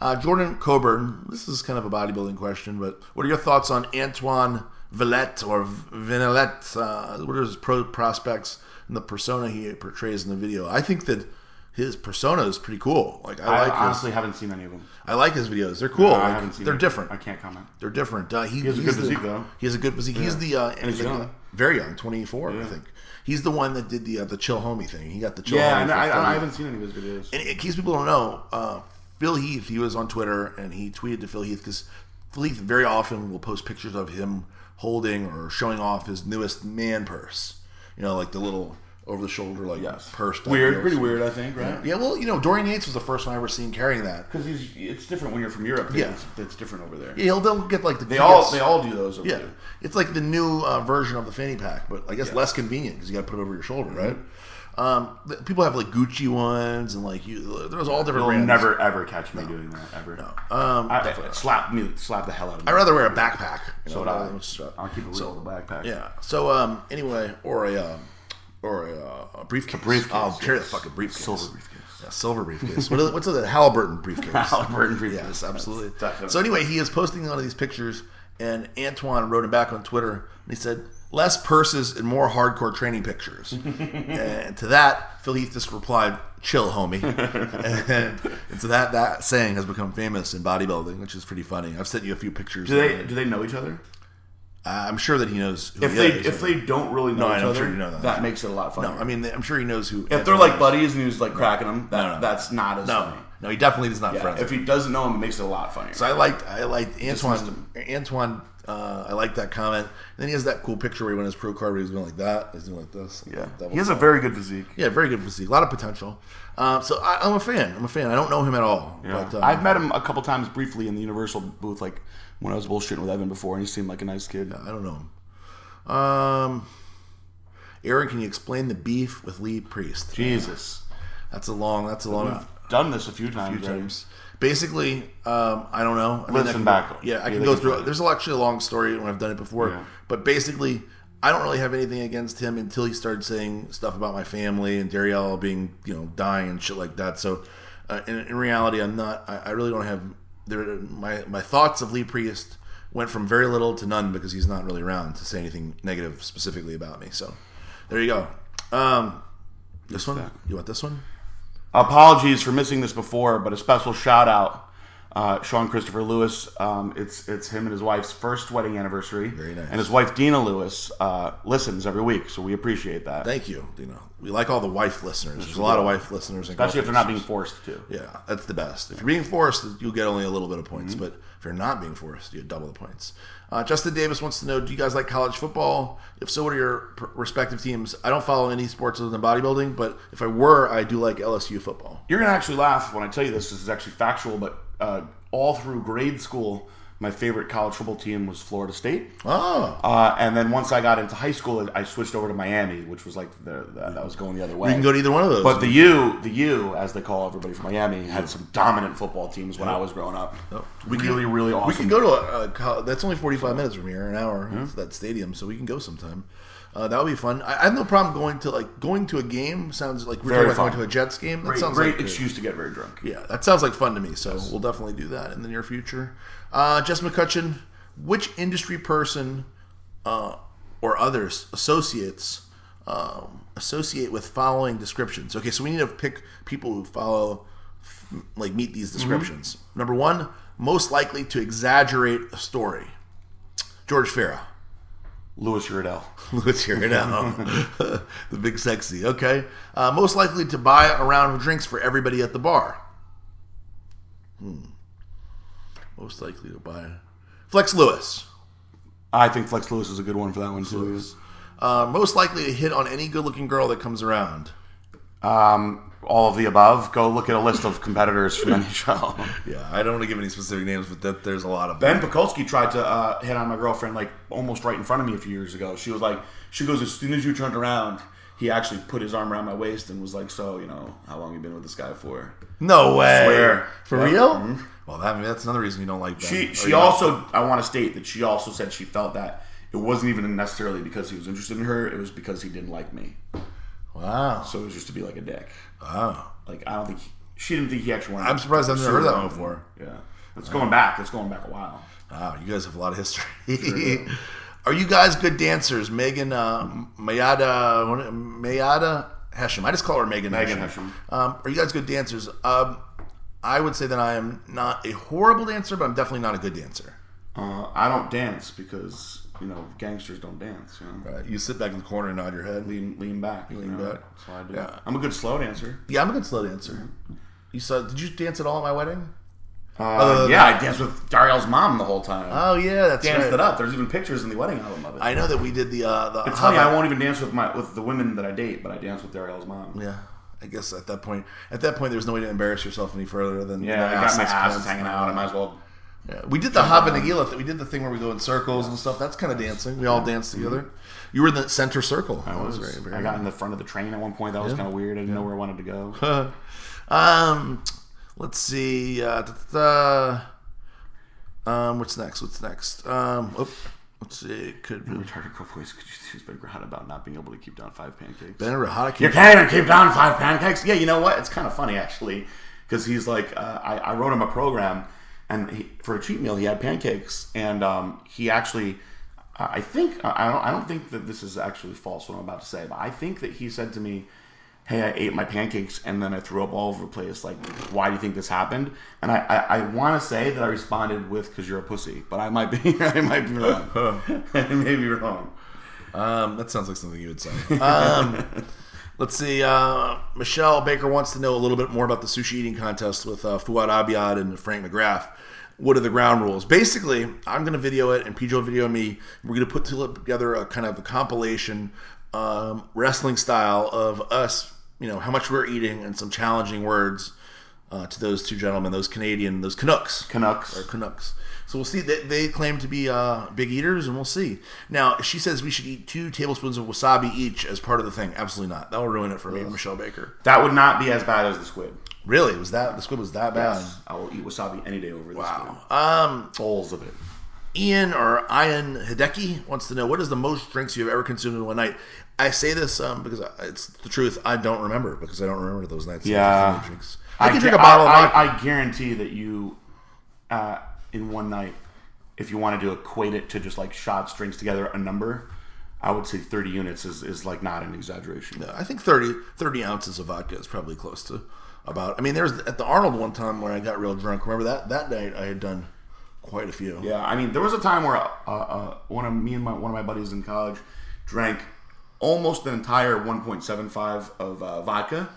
Speaker 2: Uh, Jordan Coburn. This is kind of a bodybuilding question, but what are your thoughts on Antoine Villette or Vinillette, uh, what are his pro prospects and the persona he portrays in the video. I think that his persona is pretty cool. Like I,
Speaker 4: I
Speaker 2: like his,
Speaker 4: honestly haven't seen any of them.
Speaker 2: I like his videos. They're cool.
Speaker 4: I
Speaker 2: Like,
Speaker 4: haven't seen.
Speaker 2: they're
Speaker 4: any.
Speaker 2: different.
Speaker 4: I can't comment.
Speaker 2: They're different. Uh, he,
Speaker 4: has a
Speaker 2: he's
Speaker 4: good
Speaker 2: the-
Speaker 4: physique, though.
Speaker 2: He has a good physique. He's the uh, and
Speaker 4: he's
Speaker 2: the-
Speaker 4: young.
Speaker 2: very young, twenty four, I think. He's the one that did the uh, the chill homie thing. He got the chill.
Speaker 4: Yeah,
Speaker 2: homie
Speaker 4: and
Speaker 2: for
Speaker 4: I,
Speaker 2: free.
Speaker 4: I, I haven't seen any of his videos.
Speaker 2: And in case people don't know, uh, Phil Heath, he was on Twitter and he tweeted to Phil Heath because Phil Heath very often will post pictures of him holding or showing off his newest man purse. You know, like the little over the shoulder, like purse. type
Speaker 4: Weird,
Speaker 2: deals.
Speaker 4: pretty weird, I think, right?
Speaker 2: Yeah, well, you know, Dorian Yates was the first one I ever seen carrying that.
Speaker 4: Because he's it's different when you're from Europe.
Speaker 2: Yeah.
Speaker 4: Yeah, it's, it's different over there.
Speaker 2: Yeah, he'll, they'll get like the
Speaker 4: They all
Speaker 2: tickets.
Speaker 4: they all do those over
Speaker 2: Yeah,
Speaker 4: there.
Speaker 2: it's like the new uh, version of the fanny pack, but I guess less convenient because you got to put it over your
Speaker 4: Mm-hmm.
Speaker 2: shoulder, right? Um, th- people have like Gucci ones and like you. uh, There's all different.
Speaker 4: You'll
Speaker 2: brands.
Speaker 4: never ever catch me doing that ever. No,
Speaker 2: Um,
Speaker 4: I, slap me, slap the hell out of me.
Speaker 2: I'd rather wear a backpack. You know,
Speaker 4: But
Speaker 2: rather
Speaker 4: I,
Speaker 2: than a strap.
Speaker 4: I'll keep it real
Speaker 2: So,
Speaker 4: with the backpack.
Speaker 2: Yeah. So um, anyway, or a um, or a, uh, a briefcase.
Speaker 4: briefcase,
Speaker 2: I'll carry the
Speaker 4: yes.
Speaker 2: fucking briefcase.
Speaker 4: Silver briefcase.
Speaker 2: Yeah, silver briefcase. what is, what's the Halliburton briefcase?
Speaker 4: Halliburton briefcase.
Speaker 2: Yes, absolutely.
Speaker 4: definitely.
Speaker 2: So anyway, he is posting one of these pictures, and Antoine wrote him back on Twitter, and he said, "Less purses and more hardcore training pictures." and to that, Phil Heath just replied, "Chill, homie." and, and so that that saying has become famous in bodybuilding, which is pretty funny. I've sent you a few pictures.
Speaker 4: Do they do they know each other?
Speaker 2: I- I'm sure that he knows who
Speaker 4: If
Speaker 2: he
Speaker 4: they
Speaker 2: is.
Speaker 4: if they don't really
Speaker 2: No,
Speaker 4: know each
Speaker 2: I'm
Speaker 4: other,
Speaker 2: sure you know that.
Speaker 4: makes it a lot
Speaker 2: no,
Speaker 4: funnier.
Speaker 2: I mean, I'm sure he knows who.
Speaker 4: if they're like buddies and he's like cracking them, that,
Speaker 2: No, no.
Speaker 4: that's not as
Speaker 2: no,
Speaker 4: funny.
Speaker 2: no, he definitely is not
Speaker 4: Yeah,
Speaker 2: friends.
Speaker 4: if he doesn't know him, it makes it a lot funnier.
Speaker 2: So I liked I liked Antoine Antoine uh, I liked that comment. And then he has that cool picture where he went his pro card where he was going like that. He's doing like this. Double-
Speaker 4: a very good physique.
Speaker 2: yeah, very good physique, a lot of potential. Uh, so I, I'm a fan. I'm a fan. I don't know him at all. But, um,
Speaker 4: I've met him a couple times briefly in the Universal booth, like when I was bullshitting with Evan before, and he seemed like a nice kid.
Speaker 2: I don't know him. Um, Aaron, can you explain the beef with Lee Priest?
Speaker 4: Jesus,
Speaker 2: That's a long. That's a long.
Speaker 4: done this a few times.
Speaker 2: few
Speaker 4: right?
Speaker 2: times. Basically, um, I don't know. I mean, I
Speaker 4: Listen
Speaker 2: can
Speaker 4: back.
Speaker 2: Go, yeah, I
Speaker 4: Yeah,
Speaker 2: can
Speaker 4: they
Speaker 2: go
Speaker 4: can
Speaker 2: through.
Speaker 4: find it.
Speaker 2: There's actually a long story when I've done it before,
Speaker 4: Yeah.
Speaker 2: but basically, I don't really have anything against him until he started saying stuff about my family and Darielle being, you know, dying and shit like that. So, uh, in, in reality, I'm not. I, I really don't have. There, my my thoughts of Lee Priest went from very little to none because he's not really around to say anything negative specifically about me. So, there you go. Um, this one, you want this one?
Speaker 4: Apologies for missing this before, but a special shout out, uh, Sean Christopher Lewis. Um, it's it's him and his wife's first wedding anniversary.
Speaker 2: Very nice.
Speaker 4: And his wife Dina Lewis uh, listens every week, so we appreciate that.
Speaker 2: Thank you. You know, we like all the wife listeners. There's a lot of wife listeners, and
Speaker 4: Especially if they're
Speaker 2: girlfriends.
Speaker 4: not being forced to.
Speaker 2: Yeah, that's the best. If you're being forced, you'll get only a little bit of points.
Speaker 4: Mm-hmm.
Speaker 2: But if you're not being forced, you double the points. Uh, Justin Davis wants to know: Do you guys like college football? If so, what are your pr- respective teams? I don't follow any sports other than bodybuilding, but if I were, I do like LSU football.
Speaker 4: You're gonna actually laugh when I tell you this. This is actually factual, but uh, all through grade school, my favorite college football team was Florida State.
Speaker 2: Oh,
Speaker 4: Uh, and then once I got into high school, I switched over to Miami, which was like the, the, that was going the other way.
Speaker 2: you can go to either one of those.
Speaker 4: But the U, the U, as they call everybody from Miami, had some dominant football teams when I was growing up.
Speaker 2: we can-
Speaker 4: really, really awesome.
Speaker 2: We can go to a, a co- that's only 45 minutes from here, an hour to that stadium, so we can go sometime. Uh, that would be fun. I, I have no problem going to like going to a game. Sounds like we're
Speaker 4: Very
Speaker 2: talking about
Speaker 4: fun.
Speaker 2: going to a Jets game. That
Speaker 4: Great,
Speaker 2: sounds
Speaker 4: great
Speaker 2: like
Speaker 4: excuse to get very drunk.
Speaker 2: yeah, that sounds like fun to me. So we'll definitely do that in the near future. Uh, Jess McCutcheon, which industry person uh, or others associates um, associate with following descriptions? Okay, so we need to pick people who follow f- like meet these descriptions. Number one, most likely to exaggerate a story. George Farah.
Speaker 4: Louis Uridell.
Speaker 2: Let's hear it out. the big sexy. Okay. Uh, most likely to buy a round of drinks for everybody at the bar. Hmm. Most likely to buy. Flex Lewis.
Speaker 4: I think Flex Lewis is a good one for that one too.
Speaker 2: Uh, most likely to hit on any good looking girl that comes around.
Speaker 4: Um, all of the above. Go look at a list of competitors from NHL.
Speaker 2: Yeah, I don't want to give any specific names, but that, there's a lot of them.
Speaker 4: Ben Pekulski tried to uh, hit on my girlfriend like almost right in front of me a few years ago. She was like, she goes, as soon as you turned around, he actually put his arm around my waist and was like, so you know, how long you been with this guy for?
Speaker 2: No way.
Speaker 4: Swear.
Speaker 2: For
Speaker 4: Yeah.
Speaker 2: real?
Speaker 4: Mhm.
Speaker 2: Well, that, that's another reason you don't like Ben.
Speaker 4: She
Speaker 2: Or
Speaker 4: she
Speaker 2: you don't-
Speaker 4: also I want to state that she also said she felt that it wasn't even necessarily because he was interested in her. It was because he didn't like me.
Speaker 2: Wow.
Speaker 4: So it was just to be like a dick.
Speaker 2: Oh, Wow.
Speaker 4: Like I don't think he- she didn't think he actually wanted.
Speaker 2: I'm surprised I've never heard that one
Speaker 4: Sure.
Speaker 2: before.
Speaker 4: Yeah, that's going back. That's going back a while.
Speaker 2: Wow, you guys have a lot of history. Are you guys good dancers? Megan uh, Mayada what- Mayada Hesham. I just call her Megan.
Speaker 3: Megan
Speaker 2: Hesham. Um, are you guys good dancers? Um, I would say that I am not a horrible dancer, but I'm definitely not a good dancer.
Speaker 3: Uh, I don't dance because you know gangsters don't dance. You know,
Speaker 2: Right. Uh, You sit back in the corner and nod your head.
Speaker 3: lean lean back.
Speaker 2: Lean
Speaker 3: you know?
Speaker 2: back.
Speaker 3: That's what I do.
Speaker 2: Yeah.
Speaker 3: I'm a good slow dancer.
Speaker 2: Yeah, I'm a good slow dancer. You saw? Did you dance at all at my wedding?
Speaker 3: Uh, yeah, I danced with Dariel's mom the whole time.
Speaker 2: Oh yeah, that's
Speaker 3: danced
Speaker 2: right.
Speaker 3: it up. There's even pictures in the wedding album of it.
Speaker 2: I know that we did the uh, the.
Speaker 3: I tell you, I won't even dance with my with the women that I date, but I dance with Dariel's mom.
Speaker 2: Yeah, I guess at that point, at that point, there was no way to embarrass yourself any further than
Speaker 3: Yeah, I
Speaker 2: than
Speaker 3: got my
Speaker 2: six
Speaker 3: ass
Speaker 2: points.
Speaker 3: hanging out. I might as well.
Speaker 2: Yeah. We did the Hava Nagila. thing. We did the thing where we go in circles and stuff. That's kind of dancing. We all danced together. You were in the center circle. I
Speaker 3: I got in the front of the train at one point. That was kind of weird. I didn't know where I wanted to go.
Speaker 2: um, let's see. Uh, da, da, da. Um, what's next? What's next? Um, oop, let's see. Could be
Speaker 3: Retarded girl voice. Could you please been out about not being able to keep down five pancakes?
Speaker 2: Ben Rahada.
Speaker 3: You can't keep down five pancakes. Yeah, you know what? It's kind of funny actually, because he's like, uh, I, I wrote him a program, and he, for a cheat meal he had pancakes, and um, he actually, I I think I I don't, I don't think that this is actually false what I'm about to say, but I think that he said to me. Hey, I ate my pancakes and then I threw up all over the place. Like, why do you think this happened? And I, I, I want to say that I responded with "cause you're a pussy," but I might be, I might be wrong. I may be wrong.
Speaker 2: Um, that sounds like something you would say. Um, let's see. Uh, Michelle Baker wants to know a little bit more about the sushi eating contest with uh, Fuad Abiad and Frank McGrath. What are the ground rules? Basically, I'm going to video it, and PJ will video me. We're going to put together a kind of a compilation, um, wrestling style of us, you know, how much we're eating and some challenging words uh, to those two gentlemen, those Canadian, those Canucks.
Speaker 3: Canucks.
Speaker 2: Or Canucks. So we'll see. They, they claim to be uh, big eaters, and we'll see. Now she says we should eat two tablespoons of wasabi each as part of the thing. Absolutely not. That will ruin it for me, Michelle Baker.
Speaker 3: That would not be as bad as the squid.
Speaker 2: Really? Was that the squid was that bad?
Speaker 3: I will eat wasabi any day over this. Wow.
Speaker 2: Um,
Speaker 3: Bowls of it.
Speaker 2: Ian or Ian Hideki wants to know what is the most drinks you have ever consumed in one night. I say this um, because I- it's the truth. I don't remember because I don't remember those nights.
Speaker 3: Yeah.
Speaker 2: Many drinks. I, can drink a bottle
Speaker 3: I,
Speaker 2: of vodka.
Speaker 3: I, I guarantee that you, uh, in one night, if you wanted to equate it to just like shots, drinks together, a number, I would say 30 units is, is like not an exaggeration.
Speaker 2: I think 30, 30 ounces of vodka is probably close to about. I mean, there was at the Arnold one time where I got real drunk. Remember that that night I had done quite a few.
Speaker 3: Yeah, I mean, there was a time where uh, uh, one of me and my one of my buddies in college drank almost an entire 1.75 of uh, vodka,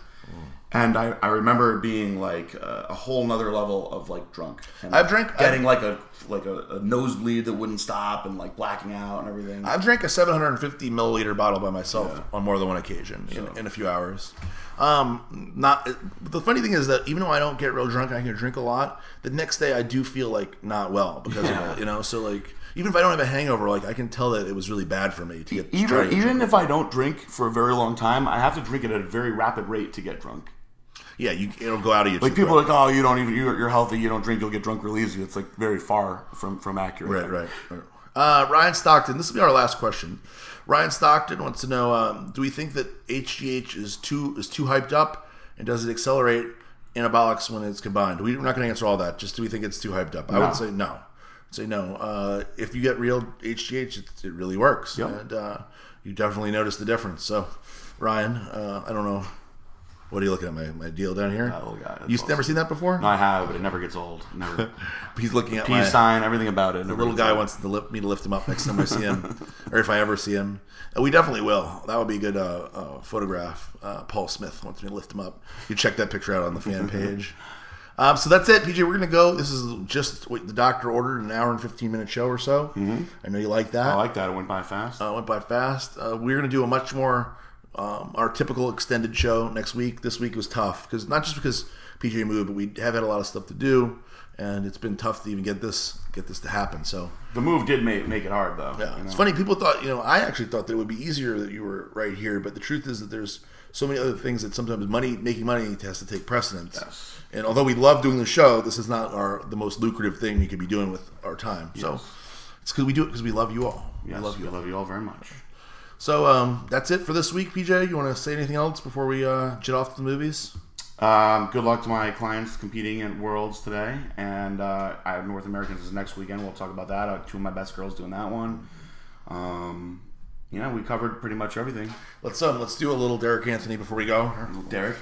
Speaker 3: and I, I remember being like uh, a whole nother level of like drunk. And
Speaker 2: I've drank-
Speaker 3: getting like a like a, a nosebleed that wouldn't stop and like blacking out and everything.
Speaker 2: I've drank a 750 milliliter bottle by myself on more than one occasion in, in a few hours. Um, not the funny thing is that even though I don't get real drunk, I can drink a lot. The next day, I do feel like not well because of it. You know, so like even if I don't have a hangover, like I can tell that it was really bad for me to get
Speaker 3: E-, even
Speaker 2: started.
Speaker 3: even if I don't drink for a very long time, I have to drink it at a very rapid rate to get drunk.
Speaker 2: yeah, you it'll go out of you.
Speaker 3: Like people are like, oh, you don't even you're, you're healthy, you don't drink, you'll get drunk real easy. It's like very far from from accurate.
Speaker 2: Right, right. right. Uh, Ryan Stockton, this will be our last question. Ryan Stockton wants to know: um, Do we think that HGH is too is too hyped up, and does it accelerate anabolics when it's combined? We're not going to answer all that. Just do we think it's too hyped up? I
Speaker 3: No.
Speaker 2: would say no. I'd say no. Uh, if you get real HGH, it, it really works, and uh, you definitely notice the difference. So, Ryan, uh, I don't know. What are you looking at my, my deal down here?
Speaker 3: Oh, God, that's
Speaker 2: You've never seen that before?
Speaker 3: No, I have, but it never gets old. Never.
Speaker 2: He's looking at
Speaker 3: Peace
Speaker 2: my
Speaker 3: sign, everything about it. The
Speaker 2: little guy wants to lift, me to lift him up next time I see him, or if I ever see him. Uh, we definitely will. That would be a good uh, uh, photograph. Uh, Paul Smith wants me to lift him up. You check that picture out on the fan page. Um, so that's it, PJ. We're gonna go. This is just what the doctor ordered an hour and fifteen minute show or so. I know you like that.
Speaker 3: Mm-hmm. I like that. It went by fast.
Speaker 2: uh, went by fast. Uh, we're gonna do a much more um, our typical extended show next week. This week was tough because not just because PJ moved, but we have had a lot of stuff to do, and it's been tough to even get this get this to happen. So
Speaker 3: the move did make, make it hard, though.
Speaker 2: yeah,
Speaker 3: you know?
Speaker 2: it's funny. People thought, you know, I actually thought that it would be easier that you were right here, but the truth is that there's so many other things that sometimes money, making money, has to take precedence. And although we love doing the show, this is not our the most lucrative thing we could be doing with our time. So it's because we do it because we love you all.
Speaker 3: Yes,
Speaker 2: we love you.
Speaker 3: we
Speaker 2: all.
Speaker 3: love you all very much.
Speaker 2: So um, that's it for this week, PJ. You want to say anything else before we uh, jet off to the movies?
Speaker 3: Um, good luck to my clients competing at Worlds today, and uh, I have North Americans is next weekend. We'll talk about that. Uh, two of my best girls doing that one.
Speaker 4: Um, yeah, we covered pretty much everything.
Speaker 2: Let's um, let's do a little Derek Anthony before we go.
Speaker 4: Derek,